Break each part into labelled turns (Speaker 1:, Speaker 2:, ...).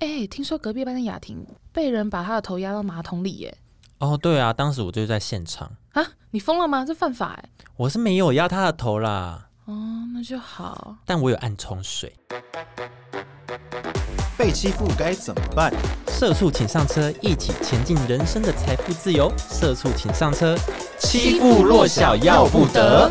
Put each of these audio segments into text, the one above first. Speaker 1: 哎、听说隔壁班的雅婷被人把她的头压到马桶里耶！
Speaker 2: 哦，对啊，当时我就在现场，
Speaker 1: 啊，你疯了吗？这犯法哎！
Speaker 2: 我是没有压他的头啦，
Speaker 1: 哦，那就好。
Speaker 2: 但我有暗冲水。
Speaker 3: 被欺负该怎么办？
Speaker 2: 社畜请上车，一起前进人生的财富自由。社畜请上车，欺负弱小要不得。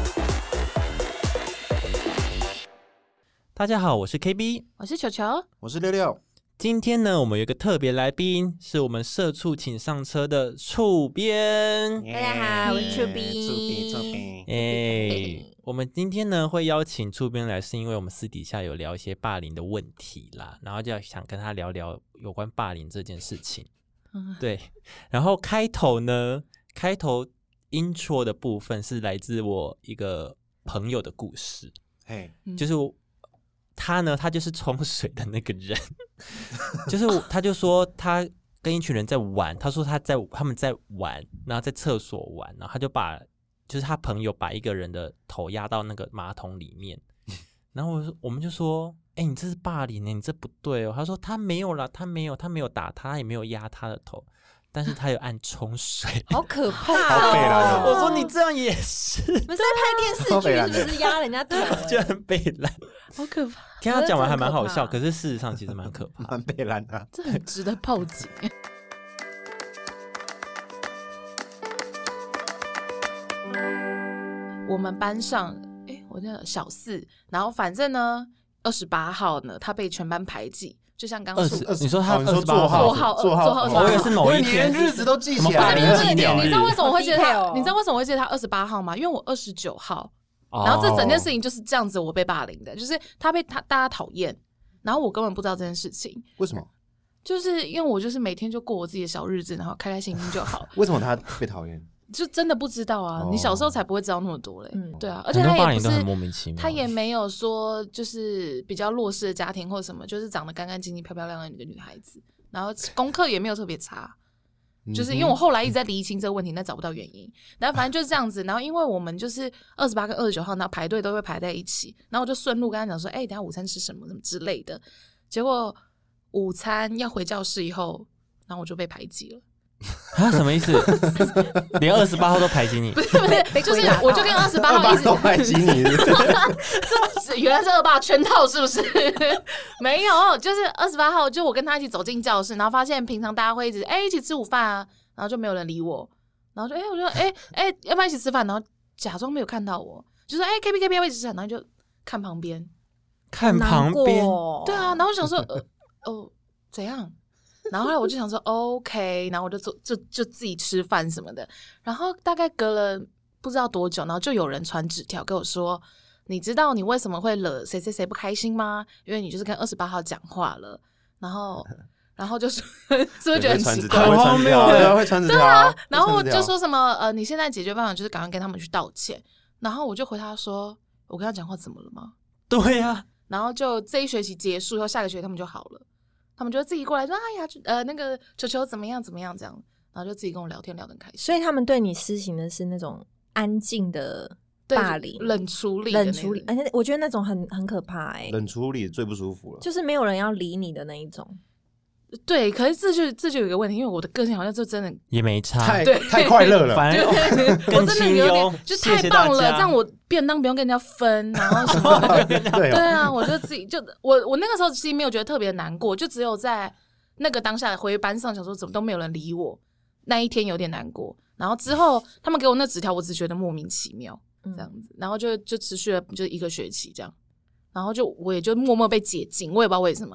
Speaker 2: 大家好，我是 KB。
Speaker 1: 我是球球，
Speaker 3: 我是六六，
Speaker 2: 今天呢，我们有一个特别来宾，是我们社畜请上车的畜编。
Speaker 3: 大
Speaker 4: 大家好，我是
Speaker 3: 楚
Speaker 4: 楚斌。
Speaker 3: 楚斌，
Speaker 2: 哎、我们今天呢会邀请出边来，是因为我们私底下有聊一些霸凌的问题啦，然后就想跟他聊聊有关霸凌这件事情。
Speaker 1: 嗯
Speaker 2: 对，然后开头呢，开头 intro 的部分是来自我一个朋友的故事，
Speaker 3: 嘿，
Speaker 1: 嗯
Speaker 2: 就是我他呢，他就是冲水的那个人， 就是我他就说他跟一群人在玩，他说他在他们在玩，然后在厕所玩，然后他就把就是他朋友把一个人的头压到那个马桶里面，然后我说我们就说，哎、你这是霸凌呢，你这不对哦。他说他没有啦，他没有，他没有打他，他也没有压他的头，但是他有按冲水。
Speaker 4: 好可怕
Speaker 3: 好北蓝
Speaker 1: 啊
Speaker 4: 哦！
Speaker 3: 哦
Speaker 2: 我说你这样也是，
Speaker 4: 你们是在拍电视剧是不是压人家头？
Speaker 2: 就很被懒。
Speaker 1: 好可怕，
Speaker 2: 听他讲完还蛮好笑，
Speaker 4: 可
Speaker 2: 可是事实上其实蛮可怕的。
Speaker 3: 蛮被烂的。
Speaker 1: 这很值得报警。欸我们班上，哎、我叫小四，然后反正呢，二十八号呢，她被全班排挤，就像刚刚
Speaker 2: 二
Speaker 1: 说
Speaker 2: 十
Speaker 1: 的，
Speaker 2: 你说他
Speaker 3: 哦你说
Speaker 2: 28
Speaker 3: 座号
Speaker 1: 座号
Speaker 3: 座
Speaker 1: 座号
Speaker 3: 哦
Speaker 2: 我以为是某一
Speaker 3: 你
Speaker 2: 天
Speaker 3: 连日子都记起
Speaker 2: 什么霸
Speaker 3: 来
Speaker 2: 凌
Speaker 3: 了，
Speaker 2: 纪念
Speaker 1: 你知道为什么我会记得
Speaker 4: 好 detail
Speaker 1: 他？
Speaker 4: 哦
Speaker 1: 你知道为什么我会记得他二十八号吗？因为我二十九号，
Speaker 2: 哦
Speaker 1: 然后这整件事情就是这样子，我被霸凌的，就是他被他大家讨厌，然后我根本不知道这件事情，
Speaker 3: 为什么？
Speaker 1: 就是因为我就是每天就过我自己的小日子，然后开开心心就好，
Speaker 3: 为什么他被讨厌？
Speaker 1: 就真的不知道啊
Speaker 3: 哦，
Speaker 1: 你小时候才不会知道那么多嘞，
Speaker 4: 嗯
Speaker 1: 对啊，而
Speaker 2: 很
Speaker 1: 且
Speaker 2: 多
Speaker 1: 他
Speaker 2: 霸
Speaker 1: 也
Speaker 2: 凌
Speaker 1: 不
Speaker 2: 都很莫
Speaker 1: 是。
Speaker 2: 名其妙。
Speaker 1: 他 也没有说就是比较弱势的家庭或者什么，就是长得干干净净、漂漂亮亮的一个女孩子，然后功课也没有特别差，
Speaker 3: 嗯
Speaker 1: 就是因为我后来一直在厘清这个问题，但找不到原因。然后反正就是这样子。然后因为我们就是二十八跟二十九号，然后排队都会排在一起。然后我就顺路跟他讲说：“哎、等一下午餐吃什么什么之类的。”结果午餐要回教室以后，然后我就被排挤了。
Speaker 2: 啊，什么意思？连二十八号都排挤你？
Speaker 1: 对不对？
Speaker 4: 被
Speaker 1: 就是
Speaker 4: 归档
Speaker 1: 我就跟二十八
Speaker 3: 二
Speaker 1: 号一
Speaker 3: 八
Speaker 1: 直
Speaker 3: 都排挤你，
Speaker 1: 是原来是二爸圈套是不 是？没有，就是二十八号，就我跟他一起走进教室，然后发现平常大家会一直哎、一起吃午饭啊，然后就没有人理我，然后就哎、我就哎哎、要不要一起吃饭？然后假装没有看到我，就说哎、K B K B 要不要一起吃饭？然后就看旁边，
Speaker 2: 看旁边，
Speaker 1: 对啊，然后我想说呃哦怎样？然后后来我就想说 OK，然后我就做就就自己吃饭什么的，然后大概隔了不知道多久，然后就有人传纸条给我说，你知道你为什么会惹谁谁谁不开心吗？因为你就是跟二十八号讲话了，然 后然后就说 是不是觉得很奇怪？
Speaker 2: 很
Speaker 3: 会传纸条
Speaker 2: 荒谬
Speaker 3: 对啊，会传纸条啊，
Speaker 1: 然后我
Speaker 3: 会传纸条
Speaker 1: 就说什么呃，你现在解决办法就是赶快跟他们去道歉，然后我就回他说，我跟他讲话怎么了吗？
Speaker 2: 对啊，
Speaker 1: 然后就这一学期结束以后，下个学期他们就好了，他们就自己过来说：“哎呀，呃，那个球球怎么样怎么样这样。”然后就自己跟我聊天聊得很开心，
Speaker 4: 所以他们对你施行的是那种安静的
Speaker 1: 对
Speaker 4: 霸凌、
Speaker 1: 冷处理的那
Speaker 4: 冷
Speaker 1: 种、
Speaker 4: 处理，而且我觉得那种很很可怕哎，
Speaker 3: 冷处理最不舒服了，
Speaker 4: 就是没有人要理你的那一种。哎
Speaker 1: 对，可是这就这就有一个问题，因为我的个性好像就真的，
Speaker 2: 也没差
Speaker 3: 太，
Speaker 1: 对
Speaker 3: 太快乐了，
Speaker 2: 啊反 正
Speaker 1: 我真的有
Speaker 2: 哎哦更清幽
Speaker 1: 点就太棒了，
Speaker 2: 谢谢大家
Speaker 1: 这样我便当不用跟人家分，然后什么 的
Speaker 3: 对
Speaker 1: 对
Speaker 3: 哦，
Speaker 1: 啊，我就自己就我 我那个时候其实没有觉得特别难过，就只有在那个当下回班上想说怎么都没有人理我，那一天有点难过。然后之后他们给我那纸条，我只觉得莫名其妙。
Speaker 4: 嗯
Speaker 1: 这样子，然后就就持续了就一个学期这样，然后就我也就默默被解禁，我也不知道为什么。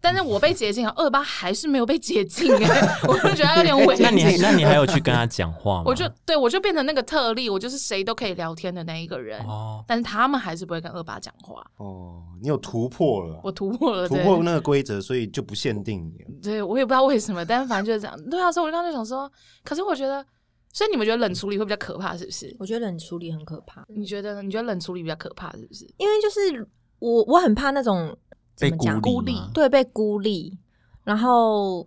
Speaker 1: 但是我被解禁了，二八还是没有被解禁哎、我就觉得有点委
Speaker 2: 那你还
Speaker 1: 屈。
Speaker 2: 那你还有去跟他讲话吗？
Speaker 1: 我就对我就变成那个特例，我就是谁都可以聊天的那一个人，
Speaker 2: 哦，
Speaker 1: 但是他们还是不会跟二八讲话。
Speaker 3: 哦，你有突破了，
Speaker 1: 我突破了，
Speaker 3: 突
Speaker 1: 对
Speaker 3: 破那个规则，所以就不限定你了。
Speaker 1: 对我也不知道为什么，但是反正就是这样。对啊，所以我刚刚就想说，可是我觉得，所以你们觉得冷处理会比较可怕，是不是？
Speaker 4: 我觉得冷处理很可怕，
Speaker 1: 你觉得呢？你觉得冷处理比较可怕，是不是？
Speaker 4: 因为就是我我很怕那种怎
Speaker 2: 被
Speaker 4: 么讲
Speaker 2: 孤
Speaker 1: 孤立
Speaker 2: 吗
Speaker 4: 对，被孤立，然后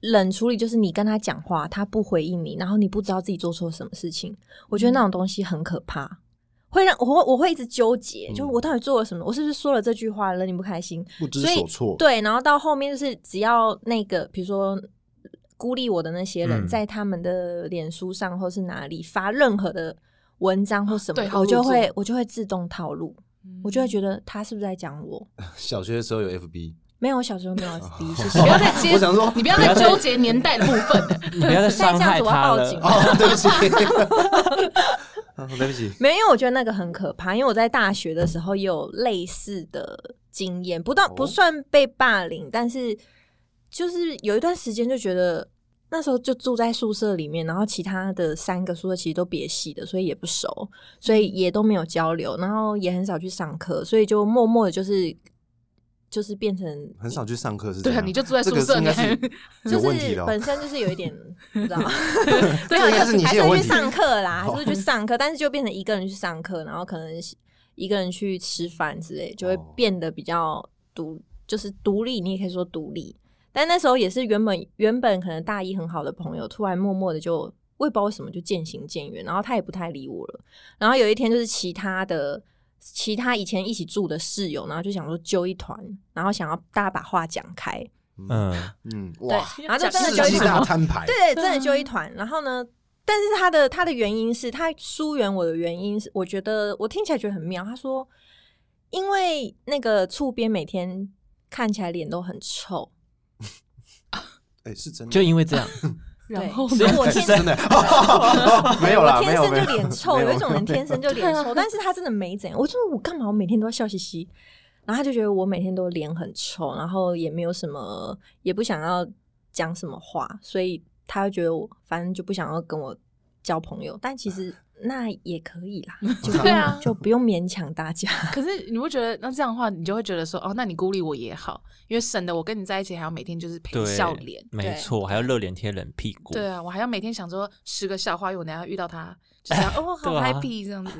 Speaker 4: 冷处理就是你跟他讲
Speaker 2: 嗯
Speaker 4: 话，他不回应你，然后你不知道自己做错什么事情。我觉得那种东西很可怕。会让我会我会一直纠结，
Speaker 3: 嗯
Speaker 4: 就是我到底做了什么？我是不是说了这句话惹你不开心？
Speaker 3: 不知
Speaker 4: 所以
Speaker 3: 所措。
Speaker 4: 对，然后到后面就是只要那个，比如说孤立我的那些人，
Speaker 2: 嗯
Speaker 4: 在他们的脸书上或是哪里发任何的文章或什么
Speaker 1: 对，
Speaker 4: 我就
Speaker 1: 套路
Speaker 4: 会
Speaker 1: 做
Speaker 4: 我就会自动套路，嗯我
Speaker 1: 嗯
Speaker 4: 就会觉得他是不是在讲我？
Speaker 5: 小学的时候有 FB，
Speaker 4: 没有，我小时候没有 FB，谢
Speaker 1: 不
Speaker 4: 谢。
Speaker 1: 要再接，
Speaker 3: 我想说
Speaker 1: 你不要再纠结年代的部分了。
Speaker 2: 你不要再伤害他
Speaker 4: 再这样子我要
Speaker 2: 了。
Speaker 3: 哦，对不 起，啊对不起，
Speaker 4: 没有，因为我觉得那个很可怕，因为我在大学的时候也有类似的经验，不到不算被霸凌，但是就是有一段时间就觉得那时候就住在宿舍里面，然后其他的三个宿舍其实都别系的，所以也不熟，所以也都没有交流，然后也很少去上课，所以就默默的就是就是变成
Speaker 3: 很少去上课是这
Speaker 1: 对
Speaker 3: 样？
Speaker 1: 啊，你就住在
Speaker 3: 这
Speaker 1: 宿
Speaker 3: 个
Speaker 1: 舍，
Speaker 3: 应
Speaker 1: 你
Speaker 3: 该
Speaker 1: 还
Speaker 3: 是 有
Speaker 4: 就
Speaker 3: 问题
Speaker 4: 是
Speaker 3: 的哦。
Speaker 4: 本身就是有 一点，你知道，
Speaker 1: 对
Speaker 3: 这应该是你
Speaker 4: 还
Speaker 3: 先
Speaker 4: 是
Speaker 3: 有
Speaker 4: 会
Speaker 3: 问
Speaker 4: 去
Speaker 3: 题。哦
Speaker 4: 上课啦，
Speaker 3: 好
Speaker 4: 还是会去上课，但是就变成一个人去上课，然后可能是一个人去吃饭之类，就会
Speaker 3: 哦
Speaker 4: 变得比较独，就是独立，你也可以说独立。但那时候也是原本原本可能大一很好的朋友，突然默默的就我也不知道为什么就渐行渐远，然后他也不太理我了。然后有一天就是其他的其他以前一起住的室友，然后就想说揪一团，然后想要大家把话讲开，
Speaker 2: 嗯，
Speaker 3: 嗯，
Speaker 4: 对
Speaker 3: 哇，，
Speaker 4: 然后就真的
Speaker 1: 讲
Speaker 4: 揪
Speaker 3: 世
Speaker 4: 一
Speaker 3: 纪
Speaker 1: 是
Speaker 4: 团
Speaker 3: 大摊牌，
Speaker 4: 对，真
Speaker 1: 啊
Speaker 4: 的就一团。然后呢，但是他的他的原因是他疏远我的原因是，我觉得我听起来觉得很妙。他说，因为那个厝边每天看起来脸都很臭，
Speaker 3: 哎，是真的，
Speaker 2: 就因 为这样，
Speaker 1: 然
Speaker 4: 对
Speaker 1: 后
Speaker 4: 所
Speaker 1: 呢
Speaker 4: 以？我
Speaker 3: 哎
Speaker 4: 天
Speaker 3: 是真
Speaker 4: 生。
Speaker 3: 的， 没有啦，
Speaker 4: 我
Speaker 3: 没
Speaker 4: 天
Speaker 3: 有
Speaker 4: 生
Speaker 3: 没有，
Speaker 4: 就脸臭，
Speaker 3: 没
Speaker 4: 有一种人天生就脸
Speaker 1: 对啊
Speaker 4: 臭，但是他真的没怎样。我就说我干嘛？我每天都要笑嘻嘻，然后他就觉得我每天都脸很臭，然后也没有什么，也不想要讲什么话，所以他就觉得我反正就不想要跟我交朋友。但其实 那也可以啦，就不
Speaker 1: 对
Speaker 4: 用、
Speaker 1: 啊
Speaker 4: 就不用勉强大家。
Speaker 1: 可是你会觉得，那这样的话，你就会觉得说，哦，那你孤立我也好，因为省得我跟你在一起还要每天就是陪
Speaker 2: 对，
Speaker 1: 笑脸。
Speaker 2: 没错，还要热脸贴冷屁股。
Speaker 1: 对啊，我还要每天想说十个笑话，因为我等下遇到他，就这样哦，好
Speaker 2: 对啊
Speaker 1: happy 这样子。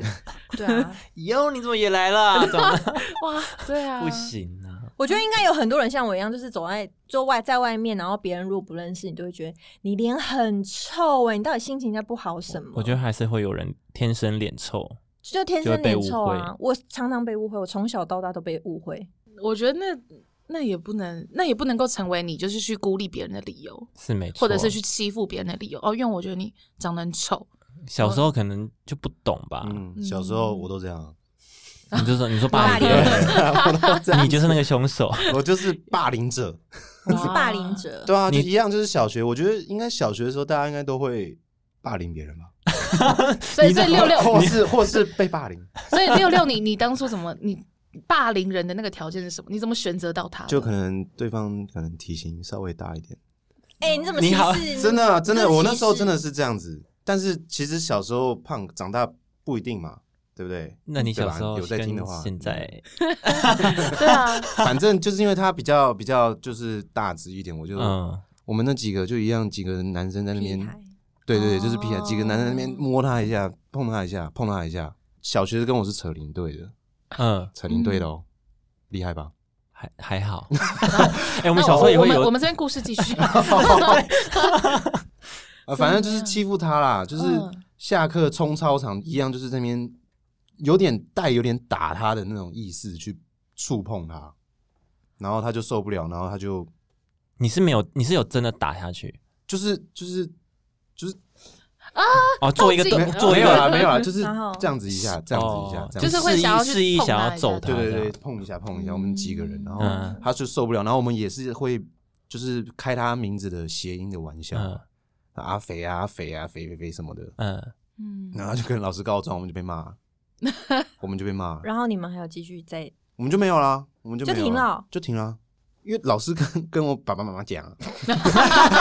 Speaker 1: 对啊，
Speaker 2: 哟，你怎么也来了？怎么
Speaker 1: 哇，对啊，
Speaker 2: 不行啊？
Speaker 4: 我觉得应该有很多人像我一样，就是走在就外在外面，然后别人如果不认识你，都会觉得你脸很臭哎、你到底心情在不好什么？
Speaker 2: 我觉得还是会有人天生脸臭。
Speaker 4: 就天
Speaker 2: 就会
Speaker 4: 生
Speaker 2: 被
Speaker 4: 脸
Speaker 2: 误
Speaker 4: 臭啊
Speaker 2: 会！
Speaker 4: 我常常被误会，我从小到大都被误会。
Speaker 1: 我觉得那那也不能，那也不能够成为你就是去孤立别人的理由，
Speaker 2: 是没
Speaker 1: 或
Speaker 2: 错，
Speaker 1: 者是去欺负别人的理由。哦，因为我觉得你长得很丑，
Speaker 2: 小
Speaker 1: 哦
Speaker 2: 时候可能就不懂吧，
Speaker 3: 嗯，小时候我都这样，啊
Speaker 2: 你就说 你说霸
Speaker 4: 霸
Speaker 2: 凌
Speaker 4: 凌
Speaker 2: 别人， 你就是那个凶手，
Speaker 3: 我就是霸凌者，
Speaker 1: 啊
Speaker 4: 你是霸凌者，
Speaker 3: 对啊，就一样，就是小学，我觉得应该小学的时候大家应该都会霸凌别人吧，
Speaker 1: 所以所以六六，
Speaker 3: 或是或是被霸凌，
Speaker 1: 所以六六你，你当初怎么你霸凌人的那个条件是什么？你怎么选择到他的？
Speaker 3: 就可能对方可能体型稍微大一点，
Speaker 4: 哎、你怎么
Speaker 2: 你
Speaker 4: 歧
Speaker 2: 好
Speaker 4: 视？
Speaker 3: 真
Speaker 1: 啊
Speaker 3: 的啊真的，我那时候
Speaker 4: 歧视
Speaker 3: 真的是这样子，但是其实小时候胖，长大不一定嘛，对不对？
Speaker 2: 那你
Speaker 3: 对
Speaker 2: 小
Speaker 3: 吧
Speaker 2: 时候
Speaker 3: 有在听的
Speaker 2: 跟
Speaker 3: 话，嗯
Speaker 2: 现在
Speaker 1: 对啊，
Speaker 3: 反正就是因为他比较比较就是大只一点，我就、
Speaker 2: 嗯，
Speaker 3: 我们那几个就一样，几个男生在那边
Speaker 4: 屁，孩
Speaker 3: 对对对，就是屁孩，
Speaker 1: 哦
Speaker 3: 几个男生在那边摸他一下，碰他一下，碰他一下。小学跟我是扯零队的，
Speaker 2: 嗯，
Speaker 3: 扯零队的哦，厉害吧？
Speaker 2: 还还 好。哎、我们小时候也
Speaker 1: 那我
Speaker 2: 会
Speaker 1: 我们我
Speaker 2: 有，
Speaker 1: 们这边故事继续。
Speaker 3: 啊，反正就是欺负他啦，就是
Speaker 1: 嗯
Speaker 3: 下课冲操场一样，就是这边有点带有点打他的那种意思去触碰他，然后他就受不了，然后他就
Speaker 2: 你是没有，你是有真的打下去
Speaker 3: 就是就是就是
Speaker 2: 哦，做一个
Speaker 1: 自己
Speaker 2: 动
Speaker 3: 没
Speaker 1: 嗯
Speaker 2: 作
Speaker 3: 啊没
Speaker 2: 为一
Speaker 3: 有
Speaker 2: 个
Speaker 3: 啦没有啦，就是
Speaker 4: 然后
Speaker 3: 这样子一下，这样子一下
Speaker 2: 哦，
Speaker 3: 这样子一
Speaker 1: 就
Speaker 3: 下
Speaker 1: 是会想要去
Speaker 2: 示意
Speaker 1: 碰
Speaker 2: 想
Speaker 1: 他
Speaker 2: 要
Speaker 1: 一下
Speaker 2: 揍他，
Speaker 3: 对对
Speaker 2: 这
Speaker 3: 哦对，
Speaker 2: 样
Speaker 3: 碰一下碰一下，我们几个人，然后
Speaker 2: 嗯
Speaker 3: 他就受不了，然后我们也是会就是开他名字的谐音的玩笑，
Speaker 2: 嗯
Speaker 3: 阿肥啊阿肥啊肥肥肥什么的，
Speaker 2: 嗯，
Speaker 1: 嗯，
Speaker 3: 然后就跟老师告状，我们就被骂，我们就被骂，
Speaker 4: 然后你们还有继续在
Speaker 3: 我们就没有啦，我们就没有
Speaker 4: 就停了
Speaker 3: 就停了，因为老师跟跟我爸爸妈妈讲，啊
Speaker 4: 哎、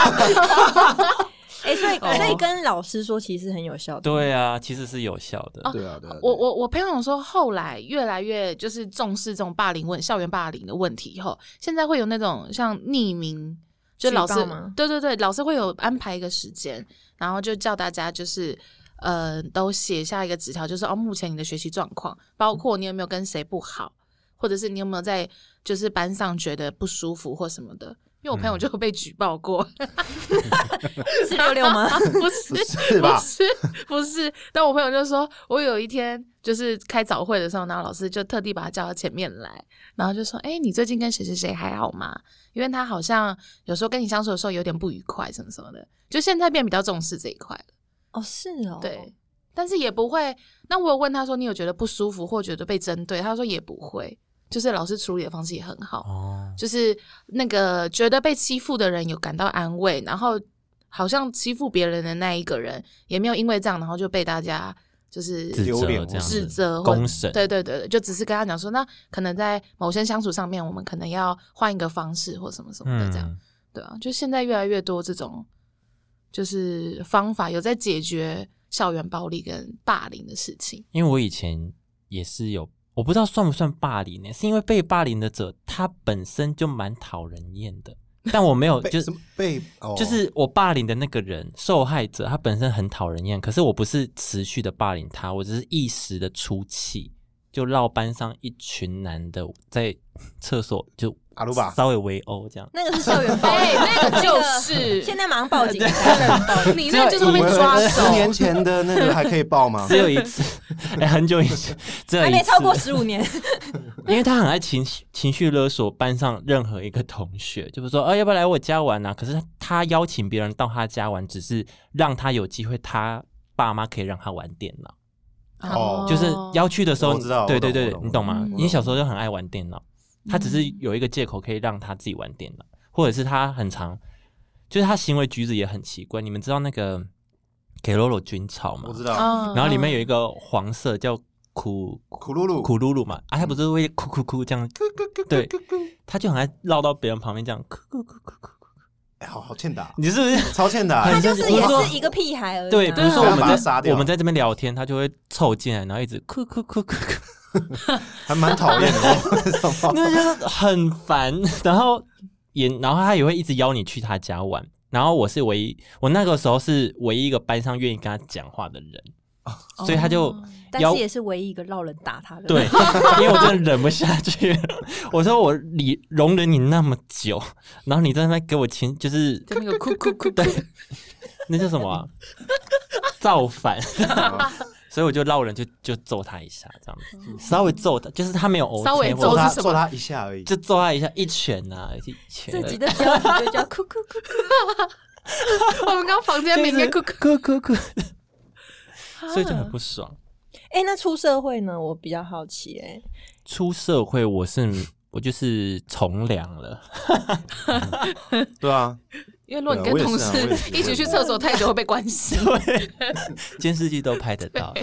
Speaker 4: 所
Speaker 1: 哦
Speaker 4: 以所以跟老师说其实很有效的。
Speaker 2: 对啊，其实是有效的。
Speaker 1: 哦
Speaker 3: 对啊对啊，对啊
Speaker 1: 我我我朋友说，后来越来越就是重视这种霸凌问校园霸凌的问题，以后现在会有那种像匿名，就
Speaker 4: 举
Speaker 1: 老师
Speaker 4: 报吗
Speaker 1: 对对对，老师会有安排一个时间，然后就叫大家就是呃都写下一个纸条，就是哦目前你的学习状况，包括你有没有跟谁不好，或者是你有没有在就是班上觉得不舒服或什么的。因为我朋
Speaker 3: 嗯
Speaker 1: 友就被举报过，
Speaker 4: 是六六吗？
Speaker 1: 不 是
Speaker 3: 不是
Speaker 1: 不
Speaker 3: 吧？
Speaker 1: 是不是，但我朋友就说，我有一天就是开早会的时候，然后老师就特地把他叫到前面来，然后就说：“哎、你最近跟谁谁谁还好吗？因为他好像有时候跟你相处的时候有点不愉快，什么什么的。就现在变比较重视这一块了，
Speaker 4: 哦，是哦，
Speaker 1: 对。但是也不会。那我有问他说，你有觉得不舒服或觉得被针对？他说也不会，就是老师处理的方式也很好。
Speaker 2: 哦，
Speaker 1: 就是那个觉得被欺负的人有感到安慰，然后好像欺负别人的那一个人也没有因为这样，然后就被大家就是
Speaker 2: 指
Speaker 3: 丢
Speaker 2: 责
Speaker 3: 脸
Speaker 2: 这样
Speaker 1: 指
Speaker 2: 子，
Speaker 1: 责或
Speaker 2: 公审，
Speaker 1: 对对对对，就只是跟他讲说，那可能在某些相处上面，我们可能要换一个方式或什么什么的，这样、
Speaker 2: 嗯，
Speaker 1: 对啊，就现在越来越多这种就是方法有在解决校园暴力跟霸凌的事情。
Speaker 2: 因为我以前也是有，我不知道算不算霸凌呢、是因为被霸凌的者他本身就蛮讨人厌 的，但我没有
Speaker 3: 被
Speaker 2: 就
Speaker 3: 什么被哦，
Speaker 2: 就是我霸凌的那个人受害者，他本身很讨人厌，可是我不是持续的霸凌他，我只是一时的出气，就绕班上一群男的在厕所就
Speaker 3: 阿鲁巴
Speaker 2: 稍微围殴 这样。
Speaker 4: 那个是 校园暴
Speaker 1: 哎、
Speaker 4: 力，
Speaker 1: 那个就
Speaker 4: 那个
Speaker 1: 是
Speaker 4: 现在马上报警，
Speaker 1: 你那个就是会被
Speaker 3: 我们
Speaker 1: 抓
Speaker 3: 十
Speaker 1: 走。
Speaker 3: 年前的那个还可以 报吗？
Speaker 2: 只有一次，哎，很久以前，只有
Speaker 4: 还
Speaker 2: 一
Speaker 4: 没超过
Speaker 2: 次，
Speaker 4: 十五年，
Speaker 2: 因为他很爱情绪情绪勒索班上任何一个同学，就是说，啊，要不要来我家玩啊？可是他邀请别人到他家玩，只是让他有机会，他爸妈可以让他玩电脑。
Speaker 3: 哦
Speaker 2: 就是要去的时候，
Speaker 3: 我知道
Speaker 2: 对
Speaker 3: 我懂
Speaker 2: 对对
Speaker 3: 我，懂
Speaker 2: 你懂吗
Speaker 1: 我？懂
Speaker 2: 你小时候就很爱玩电脑，他只是有一个借口可以让他自己玩电脑，或者是他很常，就是他行为举止也很奇怪。你们知道那个给洛洛军草吗
Speaker 3: 我？知道，
Speaker 1: 哦
Speaker 2: 然后里面有一个黄色叫苦
Speaker 3: 苦噜噜，
Speaker 2: 苦噜噜嘛，啊，他不是会哭哭哭这样，对，他就很爱绕到别人旁边这样哭哭哭哭哭，
Speaker 3: 哎，好好欠打，
Speaker 2: 你是不是？
Speaker 3: 超欠打，
Speaker 4: 他
Speaker 2: 很
Speaker 4: 就是
Speaker 2: 像
Speaker 4: 也
Speaker 2: 我说
Speaker 4: 是一个屁孩而已啊。
Speaker 2: 对，比如说
Speaker 3: 对啊
Speaker 2: 我
Speaker 3: 把他
Speaker 2: 们
Speaker 3: 杀
Speaker 2: 在
Speaker 3: 掉
Speaker 2: 我们在这边聊天，他就会凑进来，然后一直哭哭哭哭哭。
Speaker 3: 还蛮讨厌的哦为什么。
Speaker 2: 那就很烦。然后也，然后他也会一直邀你去他家玩。然后我是唯一，我那个时候是唯一一个班上愿意跟他讲话的人，所以他就
Speaker 1: 哦
Speaker 4: 但
Speaker 2: 要
Speaker 4: 是也是唯一一个让人打他 的。
Speaker 2: 对，，因为我真的忍不下去 了。我说我理容忍你那么久，然后你在那边给我亲，就是
Speaker 1: 就那个哭哭哭，
Speaker 2: 对，那叫什么啊、造反。 所以我就绕人就就揍他一下，这样子，稍微揍他，就是他没有殴
Speaker 1: 哦稍微
Speaker 2: 打我
Speaker 1: 揍
Speaker 3: 揍他
Speaker 1: 是什么
Speaker 3: 揍他一下而已，
Speaker 2: 就揍他一下，一拳啊，一拳而
Speaker 4: 这
Speaker 2: 已。
Speaker 4: 集的标题就叫“哭哭 哭
Speaker 1: 我们刚房间里面哭哭，
Speaker 2: 哭哭 哭，所以就很
Speaker 1: 啊
Speaker 2: 不爽。”。
Speaker 4: 哎，那出社会呢？我比较好奇，哎，
Speaker 2: 出社会，我是我就是从良 了，
Speaker 3: 对啊，
Speaker 1: 因为如果你跟
Speaker 3: 对我也
Speaker 1: 同
Speaker 3: 是啊
Speaker 1: 事
Speaker 3: 我也是
Speaker 1: 一起去厕所太久会被关 心
Speaker 2: 监视器都拍得到。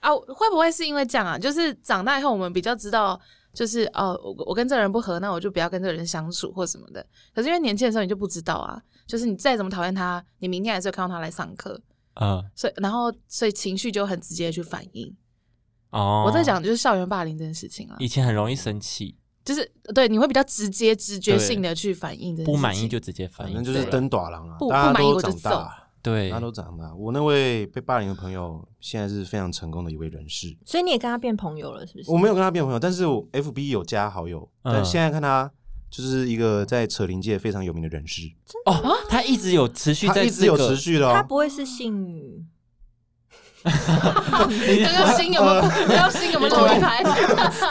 Speaker 1: 啊，会不会是因为这样啊？就是长大以后我们比较知道，就是哦，我我跟这个人不合，那我就不要跟这个人相处或什么的。可是因为年轻的时候你就不知道啊，就是你再怎么讨厌他，你明天还是会看到他来上课，
Speaker 2: 嗯，
Speaker 1: 所以然后所以情绪就很直接地去反应。
Speaker 2: 哦，
Speaker 1: 我在讲就是校园霸凌这件事情啊，
Speaker 2: 以前很容易生气，
Speaker 1: 就是对你会比较直接、直觉性的去反应这件事情
Speaker 2: 不 满意就直接反
Speaker 3: 反
Speaker 2: 应，
Speaker 3: 正就是
Speaker 2: 对
Speaker 3: 登短廊啊
Speaker 1: 不，
Speaker 3: 大
Speaker 1: 不
Speaker 3: 家
Speaker 1: 满意
Speaker 3: 都
Speaker 1: 我就
Speaker 3: 长大了，
Speaker 2: 对
Speaker 3: 大家都长大。我那位被霸凌的朋友，现在是非常成功的一位人士。
Speaker 4: 所以你也跟他变朋友了，是不是？
Speaker 3: 我没有跟他变朋友，但是我 FB 有加好友，
Speaker 2: 嗯
Speaker 3: 但现在看他就是一个在扯铃界非常有名的人士，
Speaker 2: 哦，他一直有持续
Speaker 3: 他
Speaker 2: 在
Speaker 3: 一直有持
Speaker 2: 续，
Speaker 3: 续的
Speaker 4: 他
Speaker 3: 哦。
Speaker 4: 不会是性
Speaker 1: 刚刚心有没有？刚刚心有没有漏一拍？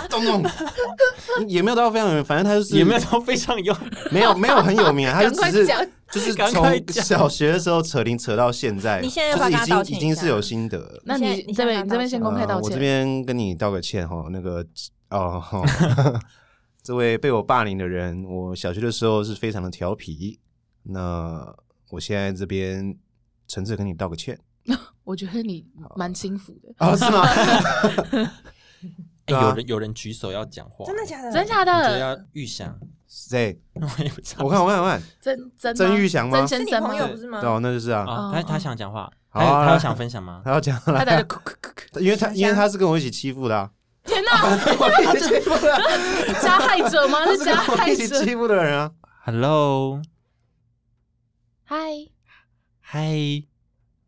Speaker 3: 咚咚，也没有到非常有名，反正他就是
Speaker 2: 也没有到非常有，
Speaker 3: 没有没有很有名啊，他
Speaker 1: 赶
Speaker 3: 就
Speaker 1: 快
Speaker 3: 只是
Speaker 1: 讲！
Speaker 3: 就是
Speaker 2: 赶快
Speaker 3: 从
Speaker 2: 讲
Speaker 3: 小学的时候扯铃扯到现在，
Speaker 4: 你现在要不要
Speaker 3: 就是
Speaker 4: 跟
Speaker 3: 已
Speaker 4: 他道
Speaker 3: 经
Speaker 4: 歉一
Speaker 3: 已
Speaker 4: 下
Speaker 3: 经是有心得了。
Speaker 1: 那
Speaker 4: 你
Speaker 1: 你
Speaker 4: 现
Speaker 1: 这
Speaker 4: 在
Speaker 1: 边
Speaker 4: 你现在
Speaker 1: 你这边先
Speaker 4: 道
Speaker 1: 公开
Speaker 3: 呃
Speaker 1: 道
Speaker 3: 我这
Speaker 1: 歉。
Speaker 3: 边跟你道个歉哈，那个哦， 吼这位被我霸凌的人，我小学的时候是非常的调皮，那我现在这边诚挚地跟你道个 歉
Speaker 1: 我觉得你蛮轻浮的，
Speaker 3: 啊，是 吗？
Speaker 2: 哎
Speaker 3: 对啊
Speaker 2: 有人有人举手要讲话，
Speaker 4: 真的假的？
Speaker 1: 真假
Speaker 2: 我觉得
Speaker 1: 的？
Speaker 2: 要预想，
Speaker 3: 谁？
Speaker 2: 我也不知道
Speaker 3: 我看我看我看，
Speaker 1: 曾曾
Speaker 3: 曾
Speaker 1: 吗
Speaker 3: 玉祥吗
Speaker 1: 曾
Speaker 4: 是
Speaker 1: 先
Speaker 4: 你
Speaker 1: 生吗
Speaker 4: 朋？友不是 吗？
Speaker 3: 对哦，那就是啊，
Speaker 2: 啊，
Speaker 1: 哦
Speaker 2: 他
Speaker 1: 哦
Speaker 2: 他想讲话，
Speaker 3: 好
Speaker 2: 他有
Speaker 3: 啊
Speaker 2: 他有想分享吗？
Speaker 3: 他要讲了
Speaker 1: 他，在哭哭哭哭！
Speaker 3: 因为他
Speaker 4: 想
Speaker 3: 因为
Speaker 4: 想
Speaker 3: 他是跟我一起欺负的啊，
Speaker 1: 天 哪，
Speaker 3: 我一起欺负的啊，
Speaker 1: 加害者吗？
Speaker 3: 他
Speaker 1: 是
Speaker 3: 是
Speaker 1: 加
Speaker 3: 跟我
Speaker 1: 害
Speaker 3: 一起
Speaker 1: 者。
Speaker 3: 欺负的人啊。
Speaker 2: Hello，
Speaker 1: 嗨，
Speaker 2: 嗨，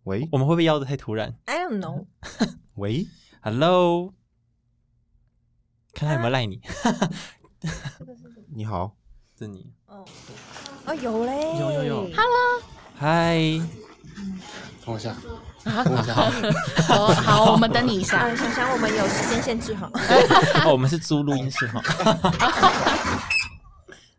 Speaker 3: 喂
Speaker 2: 我们会不会要的太突然
Speaker 4: I don't know，
Speaker 3: 喂，
Speaker 2: ？Hello，看他有没有赖你，
Speaker 3: 你好，
Speaker 2: 是你。
Speaker 4: 哦，啊，有嘞，啊
Speaker 2: 有有有嗨，
Speaker 5: 等我一下，等我一下，
Speaker 1: 好好，我们等你一下。
Speaker 4: 嗯，想想我们有时间限制 哈，
Speaker 2: 哦，我们是租录音室 哈。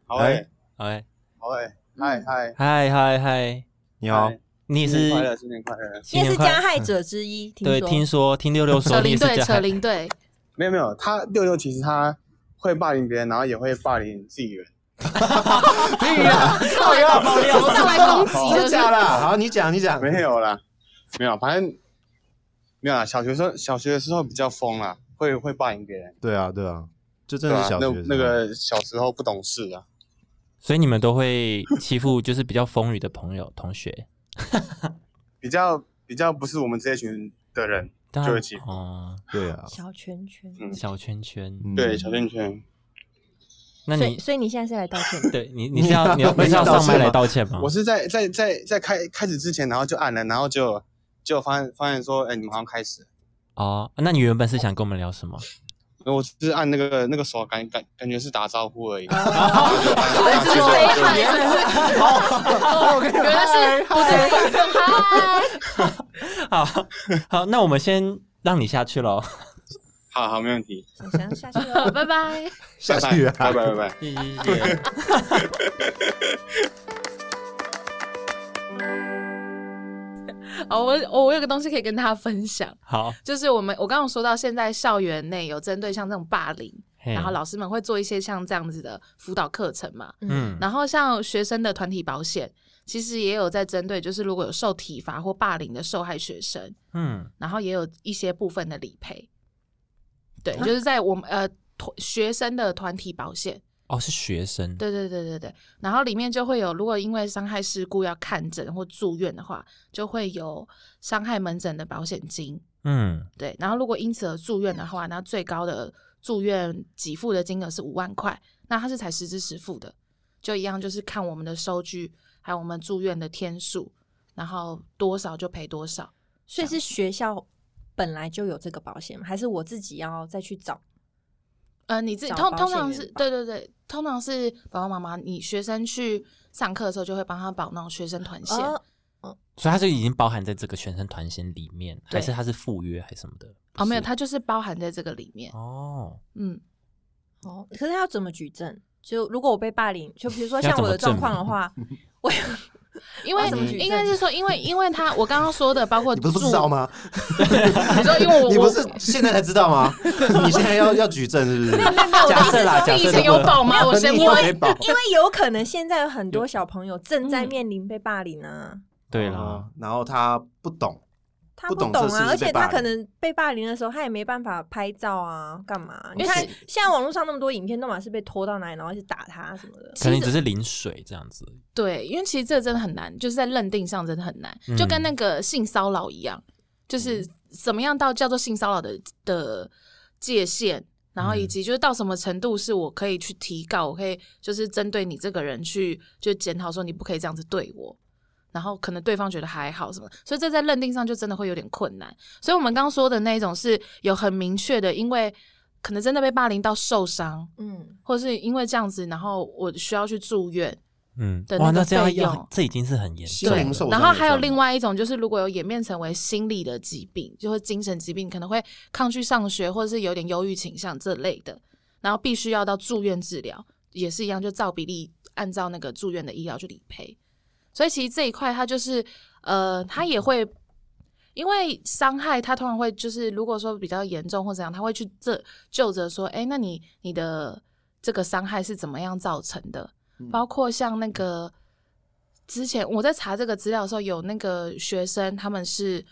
Speaker 5: 好哎，
Speaker 2: 哎，
Speaker 5: 好哎，嗨嗨，
Speaker 2: 嗨嗨嗨，
Speaker 3: 你好，
Speaker 5: 嗨
Speaker 2: 你也
Speaker 5: 新年
Speaker 2: 是
Speaker 5: 快乐，新年快乐。
Speaker 4: 你
Speaker 2: 新
Speaker 4: 也
Speaker 2: 年
Speaker 4: 是
Speaker 2: 快嗯
Speaker 4: 加害者之一，
Speaker 2: 对，
Speaker 4: 说
Speaker 2: 听说听 六六
Speaker 1: 扯
Speaker 2: 说你也
Speaker 1: 铃
Speaker 2: 是
Speaker 1: 队，
Speaker 2: 加
Speaker 1: 扯
Speaker 2: 害
Speaker 1: 铃队，
Speaker 5: 没有没有，他六六其实他会霸凌别人，然后也会霸凌自己人。
Speaker 1: 上来
Speaker 3: 爆料
Speaker 1: 上来攻击
Speaker 3: 哦真
Speaker 1: 了
Speaker 3: 的假的？好，你讲，你讲。
Speaker 5: 没有啦，没有，反正没有啦。小学生小学的时候比较疯啦，会会霸凌别人，
Speaker 3: 对啊，对啊，这真
Speaker 5: 对
Speaker 3: 的
Speaker 5: 吧、
Speaker 3: 是小
Speaker 5: 那
Speaker 3: 学生
Speaker 5: 那个小时候不懂事啊，
Speaker 2: 所以你们都会欺负就是比较风雨的朋友同学，
Speaker 5: 比较比较不是我们这一群的人
Speaker 2: 当
Speaker 5: 就
Speaker 2: 然
Speaker 5: 会欺负。
Speaker 2: 哦，
Speaker 3: 对啊，
Speaker 4: 小圈圈。
Speaker 5: 嗯
Speaker 2: 小圈圈。
Speaker 3: 嗯
Speaker 5: 对，小圈圈，
Speaker 2: 那
Speaker 4: 所以，
Speaker 2: 你
Speaker 4: 所以你现在是来道 歉的？
Speaker 2: 对你你是要你要你是要
Speaker 3: 道
Speaker 2: 上麦
Speaker 3: 歉
Speaker 2: 来
Speaker 3: 吗
Speaker 2: 道歉吗？
Speaker 5: 我是在在在在开开始之前，然后就按了，然后就就发现发现说，哎、你们好像开始了，
Speaker 2: 哦，那你原本是想跟我们聊什么？
Speaker 5: 我只是按那个那个手感感感觉是打招呼
Speaker 1: 哦
Speaker 5: 而已。
Speaker 1: 是谁喊的？原来是不对不对，嗨，
Speaker 2: 好 好，那我们先让你下去喽。
Speaker 5: 好好，没问题，
Speaker 4: 想想下去哦了。
Speaker 1: 拜拜。
Speaker 3: 下去啊
Speaker 5: 拜拜拜拜拜拜。
Speaker 2: 谢谢。
Speaker 1: 哦，我我有个东西可以跟大家分享，
Speaker 2: 好，
Speaker 1: 就是我们我刚刚说到，现在校园内有针对像这种霸凌，
Speaker 2: 嘿
Speaker 1: 然后老师们会做一些像这样子的辅导课程嘛，
Speaker 2: 嗯
Speaker 1: 然后像学生的团体保险，其实也有在针对，就是如果有受体罚或霸凌的受害学生，
Speaker 2: 嗯
Speaker 1: 然后也有一些部分的理赔，对，就是在我们呃团学生的团体保险，
Speaker 2: 哦是学生
Speaker 1: 对对对对对，然后里面就会有，如果因为伤害事故要看诊或住院的话，就会有伤害门诊的保险金，
Speaker 2: 嗯
Speaker 1: 对，然后如果因此而住院的话，那最高的住院给付的金额是五万块，那它是才实支实付的，就一样就是看我们的收据，还有我们住院的天数，然后多少就赔多少。
Speaker 4: 所以是学校本来就有这个保险吗？还是我自己要再去找？
Speaker 1: 呃，你自己
Speaker 4: 找
Speaker 1: 通
Speaker 4: 保
Speaker 1: 通
Speaker 4: 险
Speaker 1: 常
Speaker 4: 员
Speaker 1: 是
Speaker 4: 吧
Speaker 1: 对对对，通常是爸爸妈妈，你学生去上课的时候就会帮他保那种学生团险，
Speaker 4: 哦，
Speaker 2: 所以它是已经包含在这个学生团险里面，还
Speaker 1: 对
Speaker 2: 是它是赴约还是什么的？
Speaker 1: 哦，没有，
Speaker 2: 不
Speaker 1: 它就是包含在这个里面
Speaker 2: 是。哦，
Speaker 1: 嗯，
Speaker 4: 哦，可是要怎么举证？就如果我被霸凌，就比如说像
Speaker 2: 要怎
Speaker 4: 我
Speaker 2: 么
Speaker 4: 的状况的话，我
Speaker 1: 因为
Speaker 4: 要哦怎么举
Speaker 1: 应该
Speaker 4: 证
Speaker 1: 是说，因为因为他我刚刚说的，包括
Speaker 3: 你不是不
Speaker 1: 住
Speaker 3: 知道？吗？
Speaker 1: 你说因为我
Speaker 3: 你不
Speaker 1: 我
Speaker 3: 是现在才知道吗？ 你现在要要举证是不是？
Speaker 2: 假设啦，假
Speaker 1: 你以
Speaker 2: 设
Speaker 1: 前有
Speaker 2: 如果
Speaker 1: 保吗？我先
Speaker 3: 你
Speaker 1: 问
Speaker 3: 以。为 保
Speaker 4: 因为有可能现在有很多小朋友正在面临被霸凌啊，
Speaker 2: 对啦
Speaker 1: 嗯
Speaker 3: 啊，，然后他不懂，
Speaker 4: 他
Speaker 3: 不懂
Speaker 4: 懂
Speaker 3: 这是不
Speaker 4: 啊，
Speaker 3: 是
Speaker 4: 而且
Speaker 3: 被
Speaker 4: 他
Speaker 3: 霸凌
Speaker 4: 可能被霸凌的时候，他也没办法拍照啊，干嘛？你
Speaker 1: 因为
Speaker 4: 看
Speaker 1: 是
Speaker 4: 现在网络上那么多影片，都满是被拖到哪里，然后去打他什么的。
Speaker 2: 可能只是淋水这样子。
Speaker 1: 对，因为其实这真的很难，就是在认定上真的很难，就跟那个性骚扰一样，就是怎么样到叫做性骚扰的的界限，然后以及就是到什么程度是我可以去提告，我可以就是针对你这个人去就检讨说你不可以这样子对我。然后可能对方觉得还好什么，所以这在认定上就真的会有点困难。所以我们刚刚说的那一种是有很明确的，因为可能真的被霸凌到受伤，
Speaker 4: 嗯，
Speaker 1: 或是因为这样子，然后我需要去住院，
Speaker 2: 嗯
Speaker 1: 的，
Speaker 2: 哇，
Speaker 1: 那个
Speaker 2: 那这样
Speaker 1: 费用
Speaker 2: 要这已经是很严
Speaker 3: 心
Speaker 2: 重
Speaker 3: 灵受
Speaker 2: 了。
Speaker 1: 然
Speaker 3: 伤。
Speaker 1: 后还有另，外一种，就是如果有演变成为心理的疾病，就会精神疾病，可能会抗拒上学，或者是有点忧郁倾向这类的，然后必须要到住院治疗，也是一样，就照比例按照那个住院的医疗去理赔。所以其实这一块它就是，呃，它也会因为伤害，它通常会就是如果说比较严重或怎样，他会去这就着说，哎，那你你的这个伤害是怎么样造成的？包括像那个之前我在查这个资料的时候，有那个学生他们是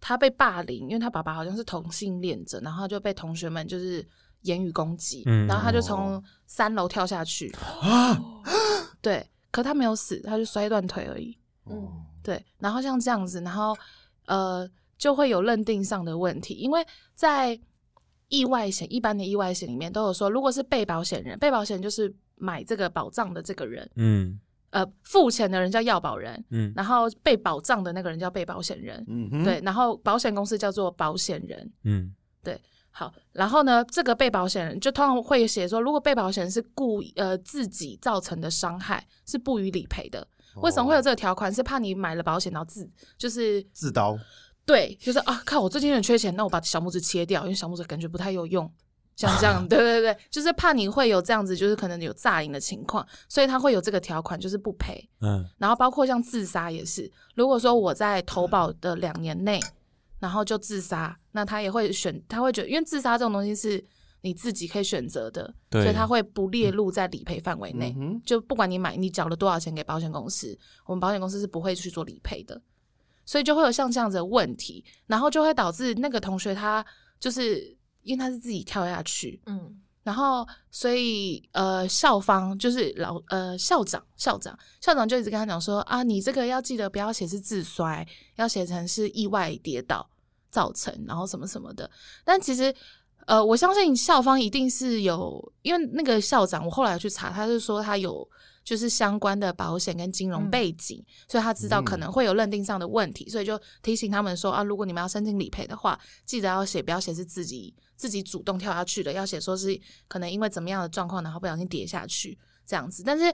Speaker 1: 他被霸凌，因为他爸爸好像是同性恋者，然后他就被同学们就是言语攻击，
Speaker 2: 嗯
Speaker 1: 然后他就
Speaker 3: 哦
Speaker 1: 从三楼跳下去，啊对，可他没有死，他就摔断腿而已，
Speaker 3: 哦
Speaker 1: 对，然后像这样子，然后呃就会有认定上的问题，因为在意外险一般的意外险里面都有说，如果是被保险人，被保险人就是买这个保障的这个人，
Speaker 2: 嗯
Speaker 1: 呃，付钱的人叫要保人，
Speaker 2: 嗯，
Speaker 1: 然后被保障的那个人叫被保险人，
Speaker 3: 嗯哼，
Speaker 1: 对，然后保险公司叫做保险人，
Speaker 2: 嗯，
Speaker 1: 好，然后呢，这个被保险人就通常会写说，如果被保险人是故意呃自己造成的伤害，是不予理赔的。为什么会有这个条款？是怕你买了保险，然后自就是
Speaker 3: 自刀？
Speaker 1: 对，就是啊，靠，我最近有点缺钱，那我把小拇指切掉，因为小拇指感觉不太有用。像这样，对对对，就是怕你会有这样子，就是可能有诈领的情况，所以他会有这个条款，就是不赔。
Speaker 2: 嗯，
Speaker 1: 然后包括像自杀也是，如果说我在投保的两年内，然后就自杀，那他也会选，他会觉得，因为自杀这种东西是你自己可以选择的，
Speaker 2: 对
Speaker 1: 所以他会不列入在理赔范围内。
Speaker 3: 嗯
Speaker 1: 就不管你买你缴了多少钱给保险公司，我们保险公司是不会去做理赔的，所以就会有像这样子的问题，然后就会导致那个同学他就是因为他是自己跳下去，
Speaker 4: 嗯，
Speaker 1: 然后，所以呃，校方就是老呃校长，校长，校长就一直跟他讲说啊，你这个要记得不要写是自摔，要写成是意外跌倒造成，然后什么什么的。但其实呃，我相信校方一定是有，因为那个校长，我后来去查，他是说他有就是相关的保险跟金融
Speaker 4: 嗯
Speaker 1: 背景，所以他知道可能会有认定上的问题，所以就提醒他们说啊，如果你们要申请理赔的话，记得要写，不要写是自己自己主动跳下去的，要写说是可能因为怎么样的状况，然后不小心跌下去这样子。但是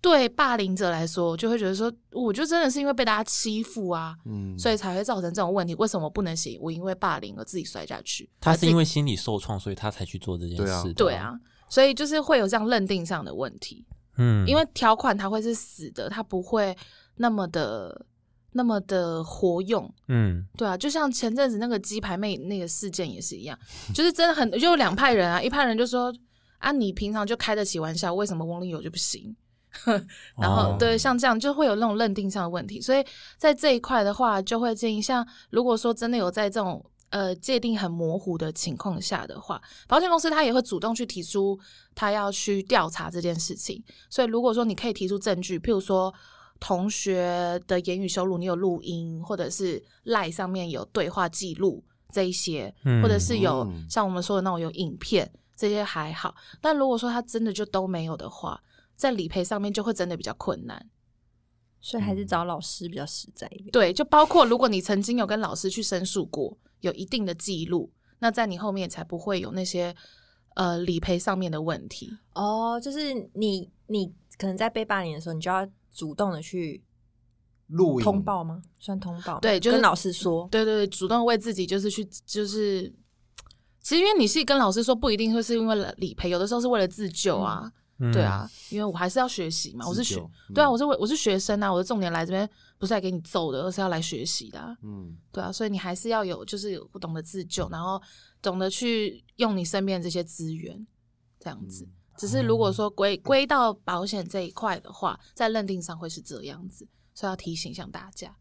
Speaker 1: 对霸凌者来说，我就会觉得说，我就真的是因为被大家欺负啊，
Speaker 3: 嗯
Speaker 1: 所以才会造成这种问题。为什么我不能写我因为霸凌而自己摔下去？
Speaker 2: 他是因为心理受创，所以他才去做这件
Speaker 3: 对啊
Speaker 2: 事。
Speaker 1: 对，啊，所以就是会有这样认定上的问题。
Speaker 2: 嗯，
Speaker 1: 因为条款它会是死的，它不会那么的那么的活用。
Speaker 2: 嗯，
Speaker 1: 对啊，就像前阵子那个鸡排妹那个事件也是一样，就是真的很就有两派人啊，一派人就说啊，你平常就开得起玩笑，为什么翁立友就不行？然后、
Speaker 2: 哦
Speaker 1: 对，像这样就会有那种认定上的问题，所以在这一块的话，就会建议像如果说真的有在这种呃界定很模糊的情况下的话，保险公司它也会主动去提出他要去调查这件事情。所以如果说你可以提出证据，譬如说同学的言语羞辱，你有录音，或者是赖上面有对话记录这一些，
Speaker 2: 嗯
Speaker 1: 或者是有
Speaker 3: 嗯
Speaker 1: 像我们说的那种有影片这些还好。但如果说他真的就都没有的话，在理赔上面就会真的比较困难。
Speaker 4: 所以还是找老师比较实在一点。
Speaker 1: 对，就包括如果你曾经有跟老师去申诉过，有一定的记录，那在你后面才不会有那些呃理赔上面的问题。
Speaker 4: 哦，就是你你可能在被霸凌的时候，你就要主动的去
Speaker 3: 录影
Speaker 4: 通报吗？算通报吗，
Speaker 1: 对就是
Speaker 4: 跟老师说。
Speaker 1: 对对对，主动为自己就是去就是，其实因为你是跟老师说，不一定会是因为理赔，有的时候是为了自救啊，
Speaker 2: 嗯
Speaker 1: 对，啊，因为我还是要学习嘛，我是
Speaker 3: 自
Speaker 1: 学
Speaker 3: 救，
Speaker 1: 对啊，
Speaker 3: 嗯
Speaker 1: 我是为我是学生啊，我的重点来这边不是来给你揍的，而是要来学习的啊、
Speaker 3: 嗯
Speaker 1: 对啊，所以你还是要有，就是有懂得自救，然后懂得去用你身边的这些资源，这样子。只是如果说归归到保险这一块的话，在认定上会是这样子，所以要提醒一下大家。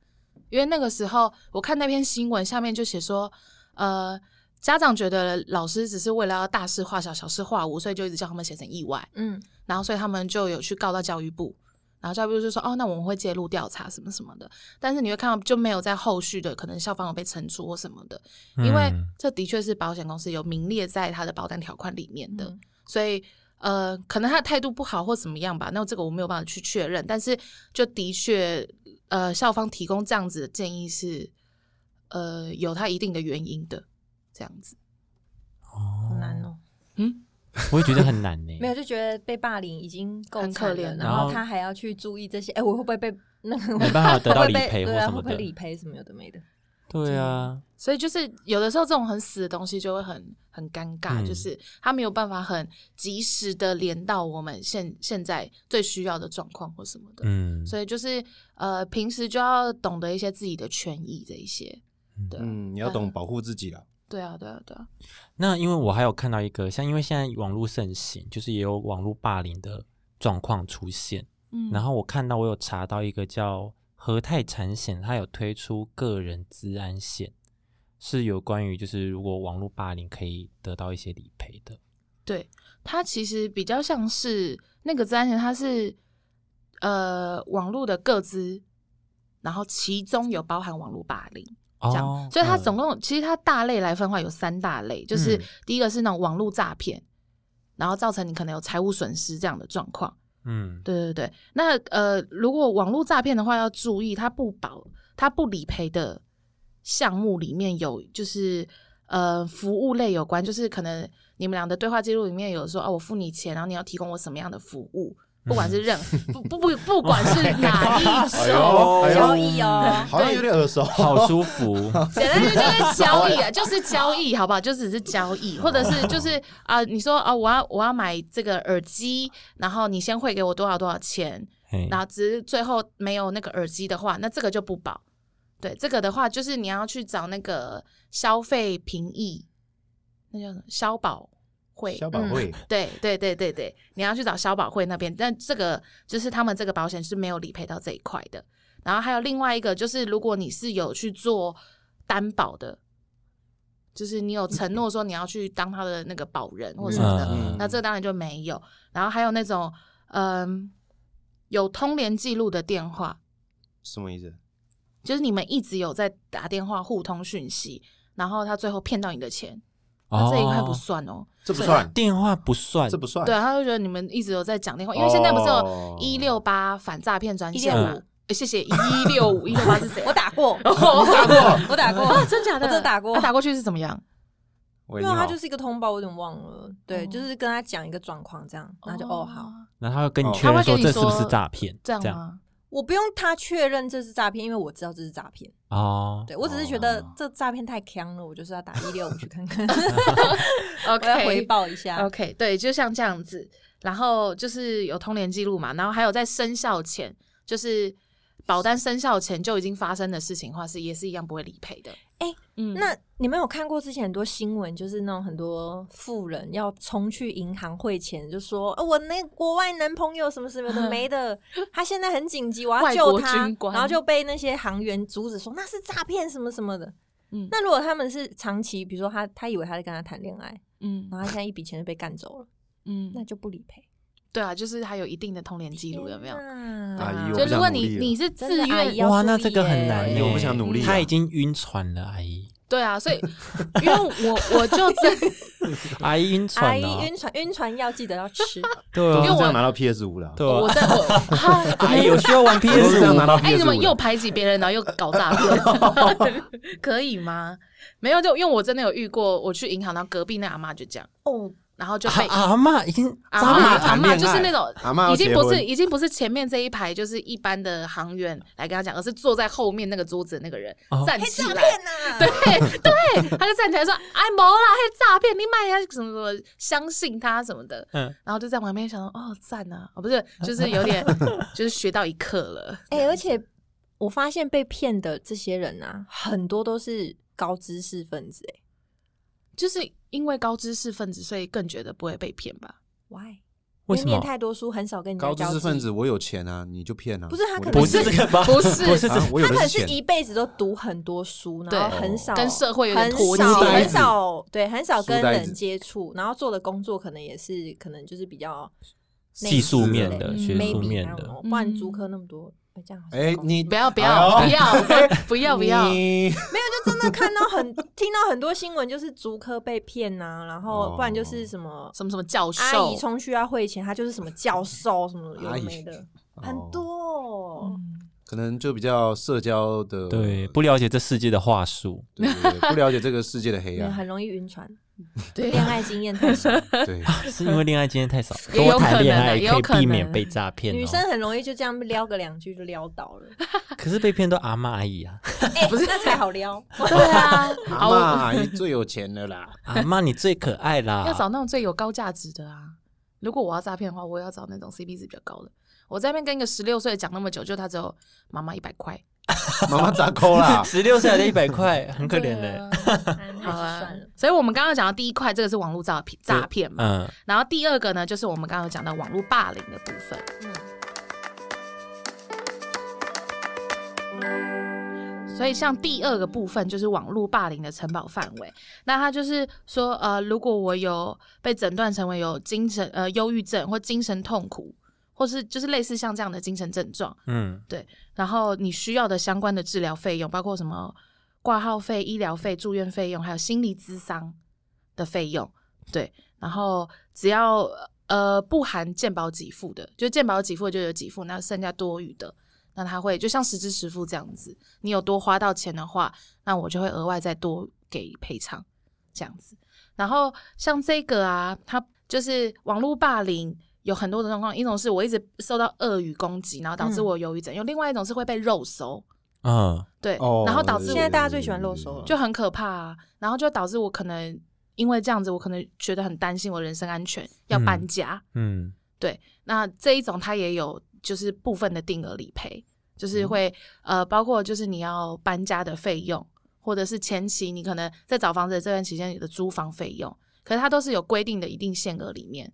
Speaker 1: 因为那个时候我看那篇新闻，下面就写说，呃，家长觉得老师只是为了要大事化小，小事化无，所以就一直叫他们写成意外。
Speaker 4: 嗯，
Speaker 1: 然后所以他们就有去告到教育部，然后教育部就说哦，那我们会介入调查什么什么的，但是你会看到就没有在后续的可能校方有被惩处或什么的，因为
Speaker 2: 嗯
Speaker 1: 这的确是保险公司有名列在它的保单条款里面的，
Speaker 4: 嗯
Speaker 1: 所以。呃，可能他的态度不好或怎么样吧，那这个我没有办法去确认。但是就的确，呃，校方提供这样子的建议是，呃，有它一定的原因的，这样子。
Speaker 4: 好难哦。
Speaker 1: 嗯，
Speaker 2: 我也觉得很难 呢。
Speaker 4: 没有，就觉得被霸凌已经够
Speaker 1: 很
Speaker 4: 惨
Speaker 1: 可怜
Speaker 4: 了
Speaker 1: 了
Speaker 4: 然
Speaker 2: 然后
Speaker 4: 后他还要去注意这些。哎，我会不会被那个？
Speaker 2: 没办法得到
Speaker 4: 会不会
Speaker 2: 理赔
Speaker 4: 对
Speaker 2: 或
Speaker 4: 啊，
Speaker 2: 什
Speaker 4: 会
Speaker 2: 么
Speaker 4: 不会
Speaker 2: 的
Speaker 4: 理赔什么有的没的？
Speaker 2: 对啊，
Speaker 1: 所以就是有的时候这种很死的东西就会很很尴尬，
Speaker 2: 嗯
Speaker 1: 就是它没有办法很及时的连到我们现现在最需要的状况或什么的。
Speaker 2: 嗯，
Speaker 1: 所以就是呃，平时就要懂得一些自己的权益这一些。对啊、
Speaker 3: 嗯，你要懂保护自己了。
Speaker 1: 对啊，对啊，对啊，
Speaker 2: 那因为我还有看到一个，像因为现在网络盛行，就是也有网络霸凌的状况出现。
Speaker 1: 嗯，
Speaker 2: 然后我看到我有查到一个叫和泰产险，它有推出个人资安险，是有关于就是如果网络霸凌可以得到一些理赔的。
Speaker 1: 对它其实比较像是那个自然险，它是呃网络的各资，然后其中有包含网络霸凌。这样，
Speaker 2: 哦，
Speaker 1: 所以它
Speaker 2: 嗯
Speaker 1: 总共、其实它大类来分的话有三大类，就是
Speaker 2: 嗯
Speaker 1: 第一个是那种网络诈骗，然后造成你可能有财务损失这样的状况。
Speaker 2: 嗯
Speaker 1: 对对对，那呃，如果网络诈骗的话，要注意它不保它不理赔的项目里面有就是呃服务类有关，就是可能你们俩的对话记录里面有说哦，我付你钱，然后你要提供我什么样的服务，不管是任 不不不不管 是哪一
Speaker 3: 哎
Speaker 1: 种。
Speaker 3: 呦，哎呦，
Speaker 4: 交易
Speaker 1: 嗯
Speaker 4: 哦，
Speaker 3: 好像有点耳熟，
Speaker 2: 好 舒服。
Speaker 1: 简单就是就是交易啊，就是交易，好不好？就只是交易，或者是就是啊、你说啊、我要我要买这个耳机，然后你先汇给我多少多少钱，
Speaker 2: 嘿
Speaker 1: 然后只是最后没有那个耳机的话，那这个就不保。对，这个的话就是你要去找那个消费评议，那叫什么消保会。
Speaker 3: 小宝会
Speaker 1: 对对对对对，你要去找消保会那边，但这个就是他们这个保险是没有理赔到这一块的。然后还有另外一个就是，如果你是有去做担保的，就是你有承诺说你要去当他的那个保人或什么的，
Speaker 2: 嗯
Speaker 1: 那这个当然就没有。然后还有那种，嗯，有通联记录的电话，
Speaker 3: 什么意
Speaker 1: 嗯
Speaker 3: 思？
Speaker 1: 就是你们一直有在打电话互通讯息，然后他最后骗到你的钱，那
Speaker 2: 哦
Speaker 1: 这一块不算哦。
Speaker 3: 这不算，
Speaker 2: 电话不算，
Speaker 3: 这不算，
Speaker 1: 对，啊他就觉得你们一直有在讲电话，因为现在不是有
Speaker 3: 哦
Speaker 1: 一六八反诈骗专线
Speaker 2: 165
Speaker 1: 吗？呃谢 谢一六五一六八是谁？啊
Speaker 4: 我打过，
Speaker 1: 打过，
Speaker 4: 我打过，
Speaker 1: 真假的？
Speaker 4: 我真打过
Speaker 1: 他打过去是怎么样？
Speaker 3: 喂，
Speaker 4: 因
Speaker 3: 你
Speaker 1: 啊
Speaker 4: 为
Speaker 3: 好
Speaker 4: 他就是一个通报，我有点忘了，对，就是跟他讲一个状况这样，然后就哦好，，
Speaker 2: 然后他会跟你
Speaker 3: 哦
Speaker 2: 确认
Speaker 1: 他会跟
Speaker 2: 这
Speaker 1: 你
Speaker 2: 是不是
Speaker 1: 说
Speaker 2: 诈骗，
Speaker 1: 这
Speaker 2: 这
Speaker 1: 样
Speaker 2: 样
Speaker 1: 吗？
Speaker 4: 我不用他确认这是诈骗，因为我知道这是诈骗。
Speaker 2: 哦，
Speaker 4: 对我只是觉得
Speaker 3: 哦
Speaker 4: 这诈骗太强了，我就是要打一六五去看看，我
Speaker 1: OK，
Speaker 4: 要回报 一下。
Speaker 1: OK，对，就像这样子，然后就是有通联记录嘛，然后还有在生效前，就是保单生效前就已经发生的事情的话，是也是一样不会理赔的。
Speaker 4: 诶
Speaker 1: 嗯
Speaker 4: 那你们有看过之前很多新闻，就是那种很多富人要冲去银行汇钱，就说、哦、我那国外男朋友什么什么 的没的，他现在很紧急，我要
Speaker 1: 外
Speaker 4: 救
Speaker 1: 国
Speaker 4: 他
Speaker 1: 军，官
Speaker 4: 然后就被那些行员阻止说那是诈骗什么什么的。
Speaker 1: 嗯
Speaker 4: 那如果他们是长期，比如说他他以为他在跟他谈恋爱，
Speaker 1: 嗯
Speaker 4: 然后他现在一笔钱就被干走了，那
Speaker 1: 嗯，
Speaker 4: 就不理赔。
Speaker 1: 对啊，就是还有一定的通联记录，有没有？
Speaker 4: 天哪
Speaker 3: 阿哎姨我
Speaker 1: 就
Speaker 3: 不
Speaker 1: 如
Speaker 3: 想
Speaker 1: 果
Speaker 3: 努
Speaker 1: 你
Speaker 3: 力了
Speaker 1: 你是
Speaker 4: 真
Speaker 1: 自
Speaker 4: 的哎阿
Speaker 1: 愿
Speaker 4: 姨要
Speaker 2: 哇，
Speaker 4: 注
Speaker 2: 那
Speaker 4: 意
Speaker 2: 这个很
Speaker 4: 耶
Speaker 2: 难
Speaker 3: 哎
Speaker 2: 耶，
Speaker 3: 呦我不想努力啊
Speaker 2: 他已经晕船了，阿姨，
Speaker 1: 对啊，所以因为我我就 真
Speaker 2: 阿姨晕
Speaker 4: 阿
Speaker 2: 船
Speaker 4: 姨
Speaker 2: 了，啊
Speaker 4: 晕船，晕船药记得要 吃。
Speaker 2: 对
Speaker 3: 都
Speaker 2: 啊
Speaker 3: 是
Speaker 1: 因为
Speaker 3: 这
Speaker 1: 我
Speaker 3: 样拿到 PS 五了，
Speaker 2: 对啊
Speaker 1: 我在 我
Speaker 2: 阿
Speaker 1: 哎
Speaker 2: 姨有 需要玩
Speaker 3: 都是
Speaker 2: PS
Speaker 3: 这样
Speaker 2: 五
Speaker 3: 拿到
Speaker 1: 哎，你
Speaker 3: PS
Speaker 1: 怎
Speaker 3: 五
Speaker 1: 么
Speaker 3: 了，
Speaker 1: 又排挤别人，然后又搞诈骗？ 可以吗？没有，就因为我真的有遇过，我去银行，然后隔壁那阿妈就这样，
Speaker 4: 哦，
Speaker 1: 然后就
Speaker 2: 阿
Speaker 1: 被
Speaker 3: 啊
Speaker 2: 阿嬷已经
Speaker 1: 阿
Speaker 2: 渣
Speaker 1: 嬷
Speaker 2: 男
Speaker 1: 阿
Speaker 3: 谈
Speaker 1: 嬷
Speaker 3: 恋
Speaker 1: 就是
Speaker 3: 爱
Speaker 1: 那种
Speaker 3: 阿嬷要
Speaker 1: 已经
Speaker 3: 结
Speaker 1: 不是
Speaker 3: 婚
Speaker 1: 已经不是前面这一排就是一般的行员来跟他讲，而是坐在后面那个桌子的那个人、
Speaker 2: 哦
Speaker 1: 站
Speaker 4: 嘿，
Speaker 1: 起
Speaker 4: 哎诈
Speaker 1: 来，
Speaker 4: 骗啊 呐！
Speaker 1: 对对，他就站起来说：“哎，没啦，嘿，诈骗，你买呀什么什么，相信他什么的。”
Speaker 2: 嗯
Speaker 1: 然后就在旁边想说：“哦，赞啊！哦，不是，就是有点就是学到一课了。
Speaker 4: 哎、而且我发现被骗的这些人啊，很多都是高知识分子、哎
Speaker 1: 就是因为高知识分子，所以更觉得不会被骗吧？
Speaker 4: ，why？
Speaker 2: 为
Speaker 4: 因
Speaker 2: 什
Speaker 4: 念
Speaker 2: 么？
Speaker 4: 太多书，很少跟人家
Speaker 3: 高知
Speaker 4: 交
Speaker 3: 识
Speaker 4: 际
Speaker 3: 分子，，我有钱啊，你就骗啊，
Speaker 4: 不是他
Speaker 3: 我
Speaker 4: 可
Speaker 3: 就
Speaker 4: 能
Speaker 2: 不是这个吧？
Speaker 1: 不是
Speaker 2: 不是这
Speaker 3: 啊，我有
Speaker 4: 他
Speaker 3: 的
Speaker 4: 可能
Speaker 3: 钱
Speaker 4: 是，一辈子都读很多书，然后很少
Speaker 1: 哦跟社会有点
Speaker 4: 很
Speaker 1: 脱节
Speaker 4: 少
Speaker 3: 书呆
Speaker 4: 很
Speaker 3: 子
Speaker 4: 少对很少跟
Speaker 3: 书呆
Speaker 4: 人
Speaker 3: 子
Speaker 4: 接触，然后做的工作可能也是可能就是比较
Speaker 2: 技术面的、
Speaker 1: 嗯
Speaker 2: 学术
Speaker 4: maybe，
Speaker 2: 面
Speaker 4: I don't
Speaker 2: 的，
Speaker 4: know，不然租科那么多，哎这样好像
Speaker 3: 哎
Speaker 4: 高，
Speaker 3: 你
Speaker 1: 不要不要
Speaker 3: 哎
Speaker 1: 不
Speaker 3: 呦
Speaker 1: 要 不要不要！
Speaker 3: 你
Speaker 4: 没有，就真的看到很听到很多新闻，就是竹科被骗呐、然后不然
Speaker 3: 哦
Speaker 4: 就是什么、
Speaker 1: 什么什么教授
Speaker 4: 阿姨冲去要汇钱，她就是什么教授什么有的没的，
Speaker 3: 阿姨
Speaker 4: 很多、
Speaker 3: 哦
Speaker 1: 哦嗯
Speaker 3: 可能就比较社交的，
Speaker 2: 对，不了解这世界的话术，
Speaker 3: 对对对不了解这个世界的黑
Speaker 4: 也
Speaker 3: 暗，
Speaker 4: 很容易晕船，
Speaker 1: 对啊
Speaker 4: 恋爱经验 太少，
Speaker 3: 对，
Speaker 2: 是因为恋爱经验太少，
Speaker 1: 也有
Speaker 2: 多谈恋爱
Speaker 1: 可能的也有
Speaker 2: 可以
Speaker 1: 可能
Speaker 2: 避免被诈骗哦。
Speaker 4: 女生很容易就这样撩个两句就撩倒 了，
Speaker 2: 可是被骗都阿嬷阿姨啊，
Speaker 4: 哎、不是那才好 撩，
Speaker 1: 对啊，
Speaker 3: 阿
Speaker 1: 好
Speaker 3: 嬷
Speaker 1: 我
Speaker 3: 阿姨最有钱的啦，
Speaker 2: 阿嬷你最可爱啦。？
Speaker 1: 要找那种最有高价值的啊。如果我要诈骗的话，我也要找那种 CP 值比较高的。我在那边跟一个十六岁的讲那么久，就他只有妈妈一百块，
Speaker 3: 妈妈咋扣啦
Speaker 2: 十六岁还得一百块， 很可怜
Speaker 1: 对
Speaker 2: 的。
Speaker 1: 啊。
Speaker 4: 哎那
Speaker 1: 好
Speaker 4: 就
Speaker 1: 啊
Speaker 4: 算了。，
Speaker 1: 所以我们刚刚讲到第一块，这个是网络诈骗诈骗嘛，
Speaker 2: 嗯，
Speaker 1: 然后第二个呢，就是我们刚刚有讲到网络霸凌的部分。所以，像第二个部分就是网络霸凌的承保范围。那它就是说，呃，如果我有被诊断成为有精神呃忧郁症或精神痛苦，或是就是类似像这样的精神症状，
Speaker 2: 嗯，
Speaker 1: 然后你需要的相关的治疗费用，包括什么挂号费、医疗费、住院费用，还有心理咨商的费用，对。然后只要呃不含健保给付的，就健保给付的就有给付，那剩下多余的，那他会就像实支实付这样子，你有多花到钱的话，那我就会额外再多给赔偿。这样子。然后像这个啊，它就是网络霸凌。有很多的状况，一种是我一直受到恶语攻击，然后导致
Speaker 4: 嗯
Speaker 1: 我有忧郁症；有另外一种是会被肉搜，
Speaker 2: 嗯，
Speaker 1: 对，
Speaker 3: 哦
Speaker 1: 然后导致我
Speaker 4: 现在大家最喜欢露
Speaker 3: 嗯
Speaker 4: 手了
Speaker 1: 就很可怕、啊，然后就导致我可能因为这样子，我可能觉得很担心我人身安全，要
Speaker 2: 嗯
Speaker 1: 搬家。
Speaker 2: 嗯，
Speaker 1: 那这一种它也有就是部分的定额理赔，就是会、呃包括就是你要搬家的费用，或者是前期你可能在找房子的这段期间你的租房费用，可是它都是有规定的一定限额里面。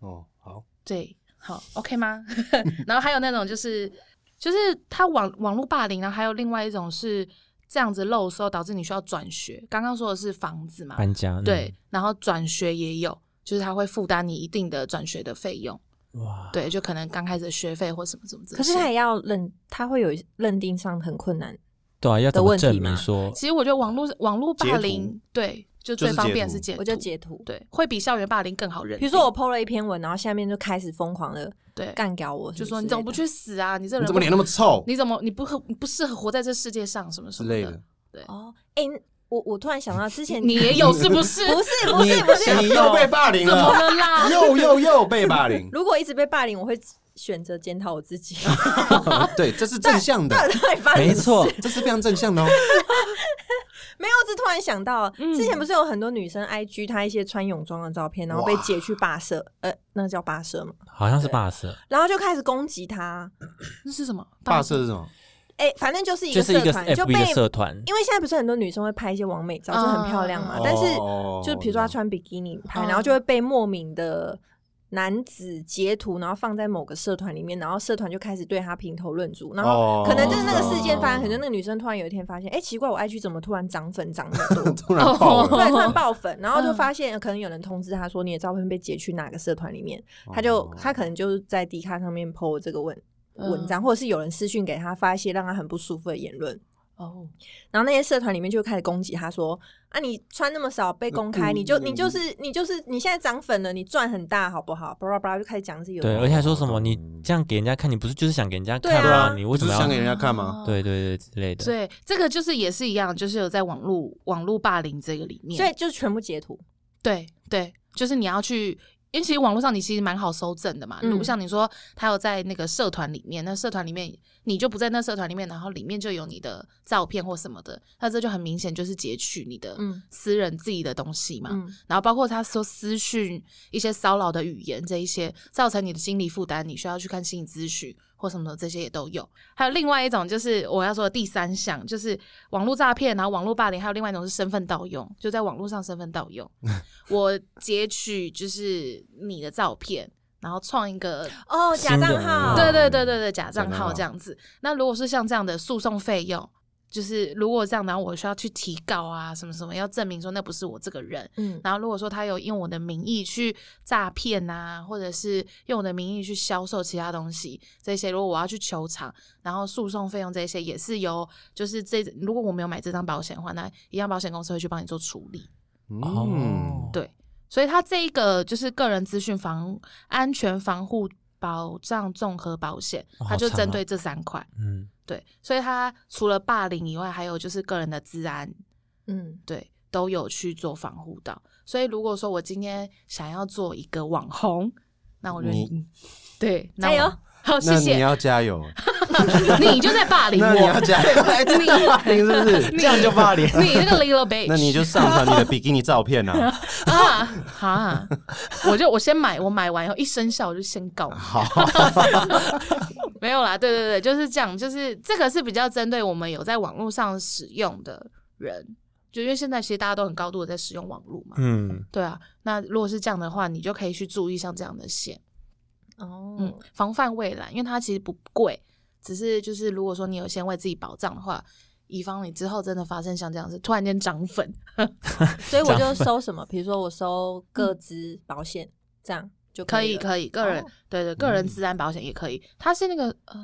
Speaker 3: 哦，好，
Speaker 1: 对，好，OK 吗？
Speaker 3: 嗯
Speaker 1: 然后还有那种就是就是他网网络霸凌，然后还有另外一种是这样子漏收导致你需要转学。刚刚说的是房子
Speaker 3: 哎
Speaker 1: 嘛，
Speaker 2: 搬家，嗯
Speaker 1: 对，，然后转学也有，就是他会负担你一定的转学的费用，
Speaker 2: 哇，
Speaker 1: 对，就可能刚开始的学费或什么什么这些。
Speaker 4: 可是他也要认，他会有认定上很困难。
Speaker 2: 对啊，要怎么
Speaker 4: 问题
Speaker 2: 证明
Speaker 4: 嘛
Speaker 2: 说
Speaker 1: 其实我觉得网络网络
Speaker 3: 截
Speaker 1: 霸
Speaker 3: 图
Speaker 1: 凌，对，就
Speaker 3: 就
Speaker 1: 最
Speaker 3: 是
Speaker 1: 方
Speaker 3: 截
Speaker 1: 便
Speaker 3: 图
Speaker 1: 是截图，
Speaker 4: 我就截图，
Speaker 1: 对，会比校园霸凌更好认定。
Speaker 4: 比如说我 PO 了一篇文，然后下面就开始疯狂的
Speaker 1: 对，
Speaker 4: 干掉我，
Speaker 1: 就说你怎么不？去死啊？你这
Speaker 3: 你
Speaker 1: 人
Speaker 3: 怎么脸那么臭
Speaker 1: 你怎么你不合你不适合活在这世界上什么什
Speaker 3: 之
Speaker 1: 么
Speaker 3: 类的？
Speaker 4: 哦，哎、我我突然想到之前
Speaker 1: 你也有是不是？
Speaker 4: 不是啊不是不是，。
Speaker 3: 你又被霸凌
Speaker 1: 怎么
Speaker 3: 了，
Speaker 1: 了啦？
Speaker 3: 又又又被霸
Speaker 2: 嗯
Speaker 3: 凌
Speaker 4: 如果一直被霸凌，我会选择检讨我 自己。
Speaker 3: 对，这是正向的，
Speaker 4: 对，发生
Speaker 2: 没错，
Speaker 3: 这是非常正向的哦。
Speaker 4: 没有，我只突然想到，
Speaker 2: 嗯
Speaker 4: 之前不是有很多女生 IG 她一些穿泳装的照片，然后被截去霸社，呃，那叫霸社嘛，
Speaker 2: 好像是 bus，
Speaker 4: 然后就开始攻击她。
Speaker 1: 那是什么？
Speaker 3: 霸社是什么？
Speaker 4: 哎、反正就是一
Speaker 2: 就
Speaker 4: 个
Speaker 2: 是一
Speaker 4: 社
Speaker 2: 个
Speaker 4: 团，就
Speaker 2: FB
Speaker 4: 被
Speaker 2: 的社团，
Speaker 4: 因为现在不是很多女生会拍一些完美照，
Speaker 1: 嗯
Speaker 4: 就很漂亮
Speaker 3: 嗯
Speaker 4: 嘛。
Speaker 3: 嗯
Speaker 4: 但是
Speaker 3: 哦
Speaker 4: 就是比如说她穿比基尼拍，
Speaker 2: 哦
Speaker 1: 嗯
Speaker 4: 然后就会被莫名的男子截图，然后放在某个社团里面，然后社团就开始对她评头论足，然后
Speaker 3: 哦
Speaker 4: 可能就是那个事件发生，
Speaker 3: 哦
Speaker 4: 可能那个女生突然有一天发现，哎、奇怪，我 IG 怎么突然涨粉涨很 哦多？
Speaker 3: 突然爆了，
Speaker 4: 对，突然爆粉，然后
Speaker 2: 嗯
Speaker 4: 就发现可能有人通知他说你的照片被截去哪个社团里面，
Speaker 2: 哦
Speaker 4: 他就他可能就是在 D 卡上面 PO 这个文
Speaker 1: 嗯
Speaker 4: 文章，或者是有人私讯给他发一些让他很不舒服的言论，
Speaker 1: 哦，
Speaker 4: 然后那些社团里面就开始攻击他说啊，你穿那么少被公开，
Speaker 3: 嗯
Speaker 4: 你就你就是你就是你现在涨粉了，你赚很大好不好？巴拉巴拉就开始讲自己有
Speaker 2: 对，而且还
Speaker 1: 哦
Speaker 2: 说什么你这样给人家看，你不是就是想给人家
Speaker 4: 对
Speaker 2: 看
Speaker 4: 啊
Speaker 2: 吗？你为
Speaker 3: 不
Speaker 2: 什
Speaker 3: 是
Speaker 2: 么
Speaker 3: 想给
Speaker 2: 要？
Speaker 3: 人家看吗？
Speaker 2: 对对对之类的，
Speaker 1: 哦对，这个就是也是一样，就是有在网络网络霸凌这个里面，
Speaker 4: 所以就全部截图，
Speaker 1: 对对，就是你要去。因为其实网络上你其实蛮好搜证的嘛，如
Speaker 4: 嗯
Speaker 1: 果像你说他有在那个社团里面，那社团里面你就不在那社团里面，然后里面就有你的照片或什么的，那这就很明显就是截取你的
Speaker 4: 嗯
Speaker 1: 私人自己的东西嘛。
Speaker 4: 嗯，
Speaker 1: 然后包括他说私讯一些骚扰的语言这一些，造成你的心理负担，你需要去看心理咨询或什么的，这些也都有。还有另外一种就是我要说的第三项，就是网络诈骗，然后网络霸凌，还有另外一种是身份盗用，就在网络上身份盗用，我截取就是你的照片，然后创一个
Speaker 4: 哦，假
Speaker 2: 新
Speaker 4: 账
Speaker 2: 的
Speaker 4: 号，
Speaker 1: 对对对对对，假账
Speaker 3: 账号
Speaker 1: 号这样子。那如果是像这样的诉讼费用，就是如果这样，然后我需要去提告啊，什么什么，要证明说那不是我这个人。
Speaker 4: 嗯，
Speaker 1: 然后如果说他有用我的名义去诈骗啊，或者是用我的名义去销售其他东西，这些如果我要去求偿，然后诉讼费用这些也是由就是这如果我没有买这张保险的话，那一样保险公司会去帮你做处理。
Speaker 3: 嗯
Speaker 2: 哦，，
Speaker 1: 对，所以它这一个就是个人资讯防安全防护保障综合保险
Speaker 2: 哦，
Speaker 1: 它就
Speaker 2: 好长
Speaker 1: 针
Speaker 2: 哦
Speaker 1: 对这三块。
Speaker 2: 嗯，
Speaker 1: 对，所以它除了霸凌以外，还有就是个人的治安，
Speaker 4: 嗯
Speaker 1: 对，都有去做防护到。所以如果说我今天想要做一个网红，那我就
Speaker 3: 你
Speaker 1: 嗯对，那
Speaker 4: 加
Speaker 1: 我
Speaker 4: 油，
Speaker 1: 好，哦谢
Speaker 3: 那你
Speaker 1: 谢。
Speaker 3: 要加油，
Speaker 1: 你就在霸凌
Speaker 3: 那你要
Speaker 1: 我，
Speaker 3: 加油，哎真的霸凌是不是？
Speaker 1: 你
Speaker 3: 这样就霸凌。
Speaker 1: 你这个 little bitch，
Speaker 3: 那你就上传你的比基尼照片啊！
Speaker 1: 啊哈，我就我先买，我买完以后一生效我就先告你。
Speaker 3: 好，
Speaker 1: 没有啦，对对对，就是这样，就是这个是比较针对我们有在网络上使用的人，就因为现在其实大家都很高度的在使用网络嘛，
Speaker 2: 嗯，
Speaker 1: 对啊。那如果是这样的话，你就可以去注意像这样的险，
Speaker 4: 哦，
Speaker 1: 嗯，防范未来，因为它其实不贵，只是就是如果说你有先为自己保障的话，以防你之后真的发生像这样子突然间涨粉，
Speaker 4: 所以我就收什么，比如说我收各资保险，这样就
Speaker 1: 嗯可以
Speaker 4: 以了。
Speaker 1: 可以，个人、
Speaker 4: 哦
Speaker 1: 对对，个
Speaker 3: 嗯
Speaker 1: 人自然保险也可以，它是那个呃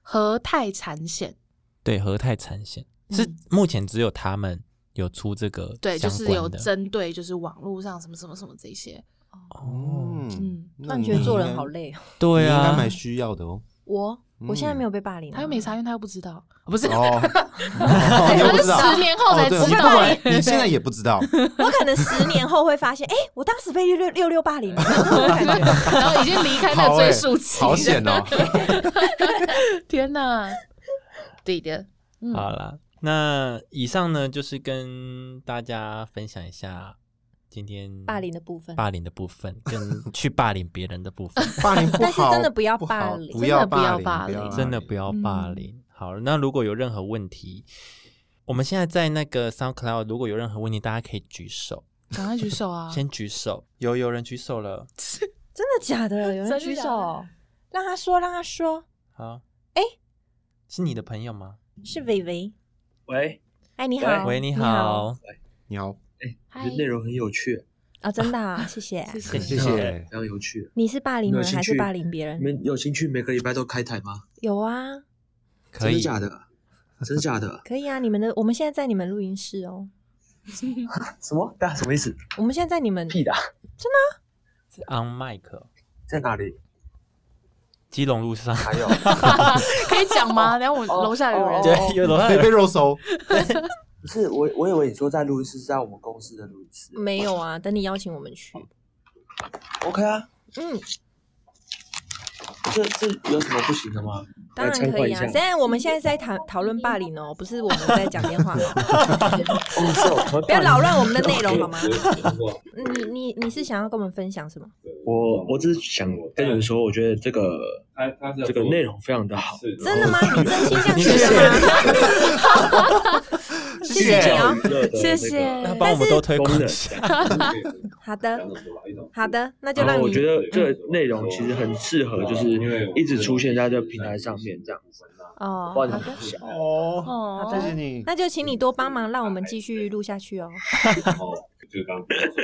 Speaker 1: 和泰产险，
Speaker 2: 对，和泰产险是
Speaker 1: 嗯
Speaker 2: 目前只有他们有出这个
Speaker 1: 对，就
Speaker 2: 相
Speaker 1: 是
Speaker 2: 关
Speaker 1: 有
Speaker 2: 的
Speaker 1: 针对就是网络上什么什么什么这些，
Speaker 2: 哦，
Speaker 1: 嗯。
Speaker 4: 突然觉得做人好累哦。
Speaker 2: 对
Speaker 3: 你应该
Speaker 2: 啊，
Speaker 3: 蛮需要的哦。
Speaker 4: 我我现在没有被霸凌
Speaker 1: 嗯
Speaker 4: 啊，
Speaker 1: 他又没查，因为他又不知道，不是，
Speaker 3: 哦，
Speaker 1: 他
Speaker 3: 哦你又不
Speaker 1: 是
Speaker 3: 知道，
Speaker 1: 十年后
Speaker 3: 哦
Speaker 1: 才
Speaker 3: 对我
Speaker 1: 知
Speaker 3: 们
Speaker 1: 道
Speaker 3: 不
Speaker 1: 欸
Speaker 3: 然。你现在也不知道，
Speaker 4: 我可能十年后会发现，哎、我当时被六六六六霸凌了，这种感觉。
Speaker 1: 然后已经离开那
Speaker 3: 好
Speaker 1: 个
Speaker 3: 欸
Speaker 1: 追溯期，
Speaker 3: 好险 哦！
Speaker 1: 天 哪，对的，嗯
Speaker 2: 好啦，那以上呢就是跟大家分享一下今天
Speaker 4: 霸凌的部分，
Speaker 2: 霸凌的部分，跟去霸凌别人的部分，
Speaker 3: 霸凌不
Speaker 4: 但是
Speaker 3: 好，
Speaker 4: 真的不要
Speaker 3: 不
Speaker 4: 霸
Speaker 3: 好
Speaker 4: 凌
Speaker 3: 不
Speaker 1: 真
Speaker 3: 要
Speaker 1: 的不要
Speaker 3: 凌，
Speaker 1: 霸
Speaker 3: 不要
Speaker 1: 凌
Speaker 2: 真的不要
Speaker 4: 嗯
Speaker 2: 霸凌。好，那如果有任何问题，我们现在在那个 SoundCloud，如果有任何问题，大家可以举手，
Speaker 1: 赶快举手啊！
Speaker 2: 先举手。有有人举手了，
Speaker 4: 真的假的？有人举
Speaker 1: 真的假
Speaker 4: 手
Speaker 1: 的，
Speaker 4: 让他说，让他说，
Speaker 2: 好，
Speaker 4: 哎
Speaker 2: 是你的朋友吗？
Speaker 4: 是伟伟。
Speaker 6: 喂，
Speaker 4: 哎，你好，
Speaker 2: 喂，
Speaker 4: 你
Speaker 2: 你
Speaker 4: 好
Speaker 2: 好，
Speaker 3: 你好，
Speaker 6: 我觉得内容很有
Speaker 2: 哎
Speaker 6: 趣，
Speaker 4: 啊、真的、啊，谢谢。
Speaker 1: 谢谢
Speaker 3: 谢谢
Speaker 6: 非。常有趣。
Speaker 4: 你是霸凌
Speaker 6: 有
Speaker 4: 人
Speaker 6: 兴
Speaker 4: 还是
Speaker 6: 趣
Speaker 4: 霸凌别
Speaker 6: 你
Speaker 4: 人？
Speaker 6: 们有兴趣每个礼拜都开台吗？
Speaker 4: 有啊，？
Speaker 2: 可
Speaker 6: 真的
Speaker 2: 以，
Speaker 6: 假的？真的假的
Speaker 4: 可以啊。你们的，我们现在在你们录音室哦，
Speaker 6: 什么？大家什么意思？
Speaker 4: 我们现在在你们
Speaker 6: 屁的啊，
Speaker 2: 是 on mic，哦
Speaker 6: 在哪里？
Speaker 2: 基隆路上，
Speaker 4: 哦
Speaker 6: 还 有
Speaker 1: 可以讲吗？然后我
Speaker 6: 哦
Speaker 1: 楼下有人
Speaker 6: 哦，
Speaker 2: 对，有楼上
Speaker 3: 被
Speaker 2: 有
Speaker 3: 被
Speaker 2: 人
Speaker 3: 肉搜，
Speaker 6: 不是我，我以为你说在录音室是在我们公司的录音室。
Speaker 4: 没有啊，等你邀请我们去。
Speaker 6: OK 啊，
Speaker 4: 嗯，
Speaker 6: 这这有什么不行的吗？
Speaker 4: 当然可以啊。
Speaker 6: 来参观一
Speaker 4: 现
Speaker 6: 下
Speaker 4: 在我们现在在讨讨论霸凌哦，不是我们在讲电话哦。
Speaker 6: 哦是哦
Speaker 4: 不要扰乱我们的内容好吗
Speaker 6: 我
Speaker 4: 你你你是想要跟我们分享什么？
Speaker 6: 我我只是想跟你们说，我觉得这个这个内容非常的好，
Speaker 4: 真的吗？你真心这样
Speaker 2: 你
Speaker 4: 觉得吗？谢谢你哦。
Speaker 1: 谢谢
Speaker 2: 他帮我们都推广一下。
Speaker 4: 好的，好的，那就
Speaker 6: 然
Speaker 4: 让
Speaker 6: 后
Speaker 4: 你。嗯
Speaker 6: 我觉得这个内容其实很适合，就是一直出现在这个平台上面这样子。
Speaker 4: 哦，
Speaker 6: 不
Speaker 4: 好
Speaker 6: 然你
Speaker 4: 的
Speaker 6: 不，想
Speaker 3: 哦，
Speaker 1: 哦
Speaker 3: 谢谢你，
Speaker 4: 那就请你多帮忙，让我们继续录下去哦，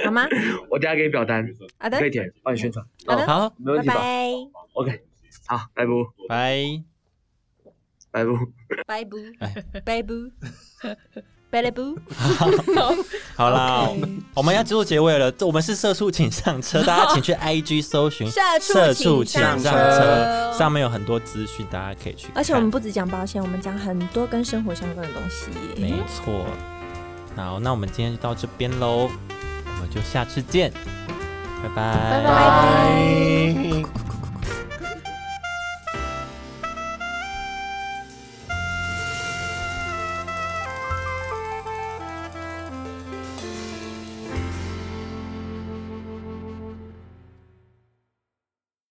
Speaker 4: 好吗？
Speaker 6: 我等一下给你表单，
Speaker 4: 好
Speaker 6: 你
Speaker 4: 的
Speaker 6: 可，以填，帮你宣传。
Speaker 4: 好的
Speaker 2: 好，
Speaker 6: 没问
Speaker 4: 拜
Speaker 6: 题吧
Speaker 4: 拜，
Speaker 6: OK，好，拜拜，
Speaker 2: 拜。
Speaker 6: 拜拜。
Speaker 4: 拜不
Speaker 2: 哎，
Speaker 4: 拜不，拜了不，
Speaker 2: 好啦我们要做结尾了。这我们是社畜请上车，大家请 去 IG 搜寻
Speaker 4: 社
Speaker 2: 请
Speaker 4: 畜请
Speaker 2: 上
Speaker 4: 上车
Speaker 2: 车，上面有很多资讯，大家可以去看。
Speaker 4: 而且我们不只讲保险，我们讲很多跟生活相关的东西耶。
Speaker 2: 没错。好，那我们今天就到这边喽，我们就下次见，拜拜，拜
Speaker 1: 拜
Speaker 3: 拜。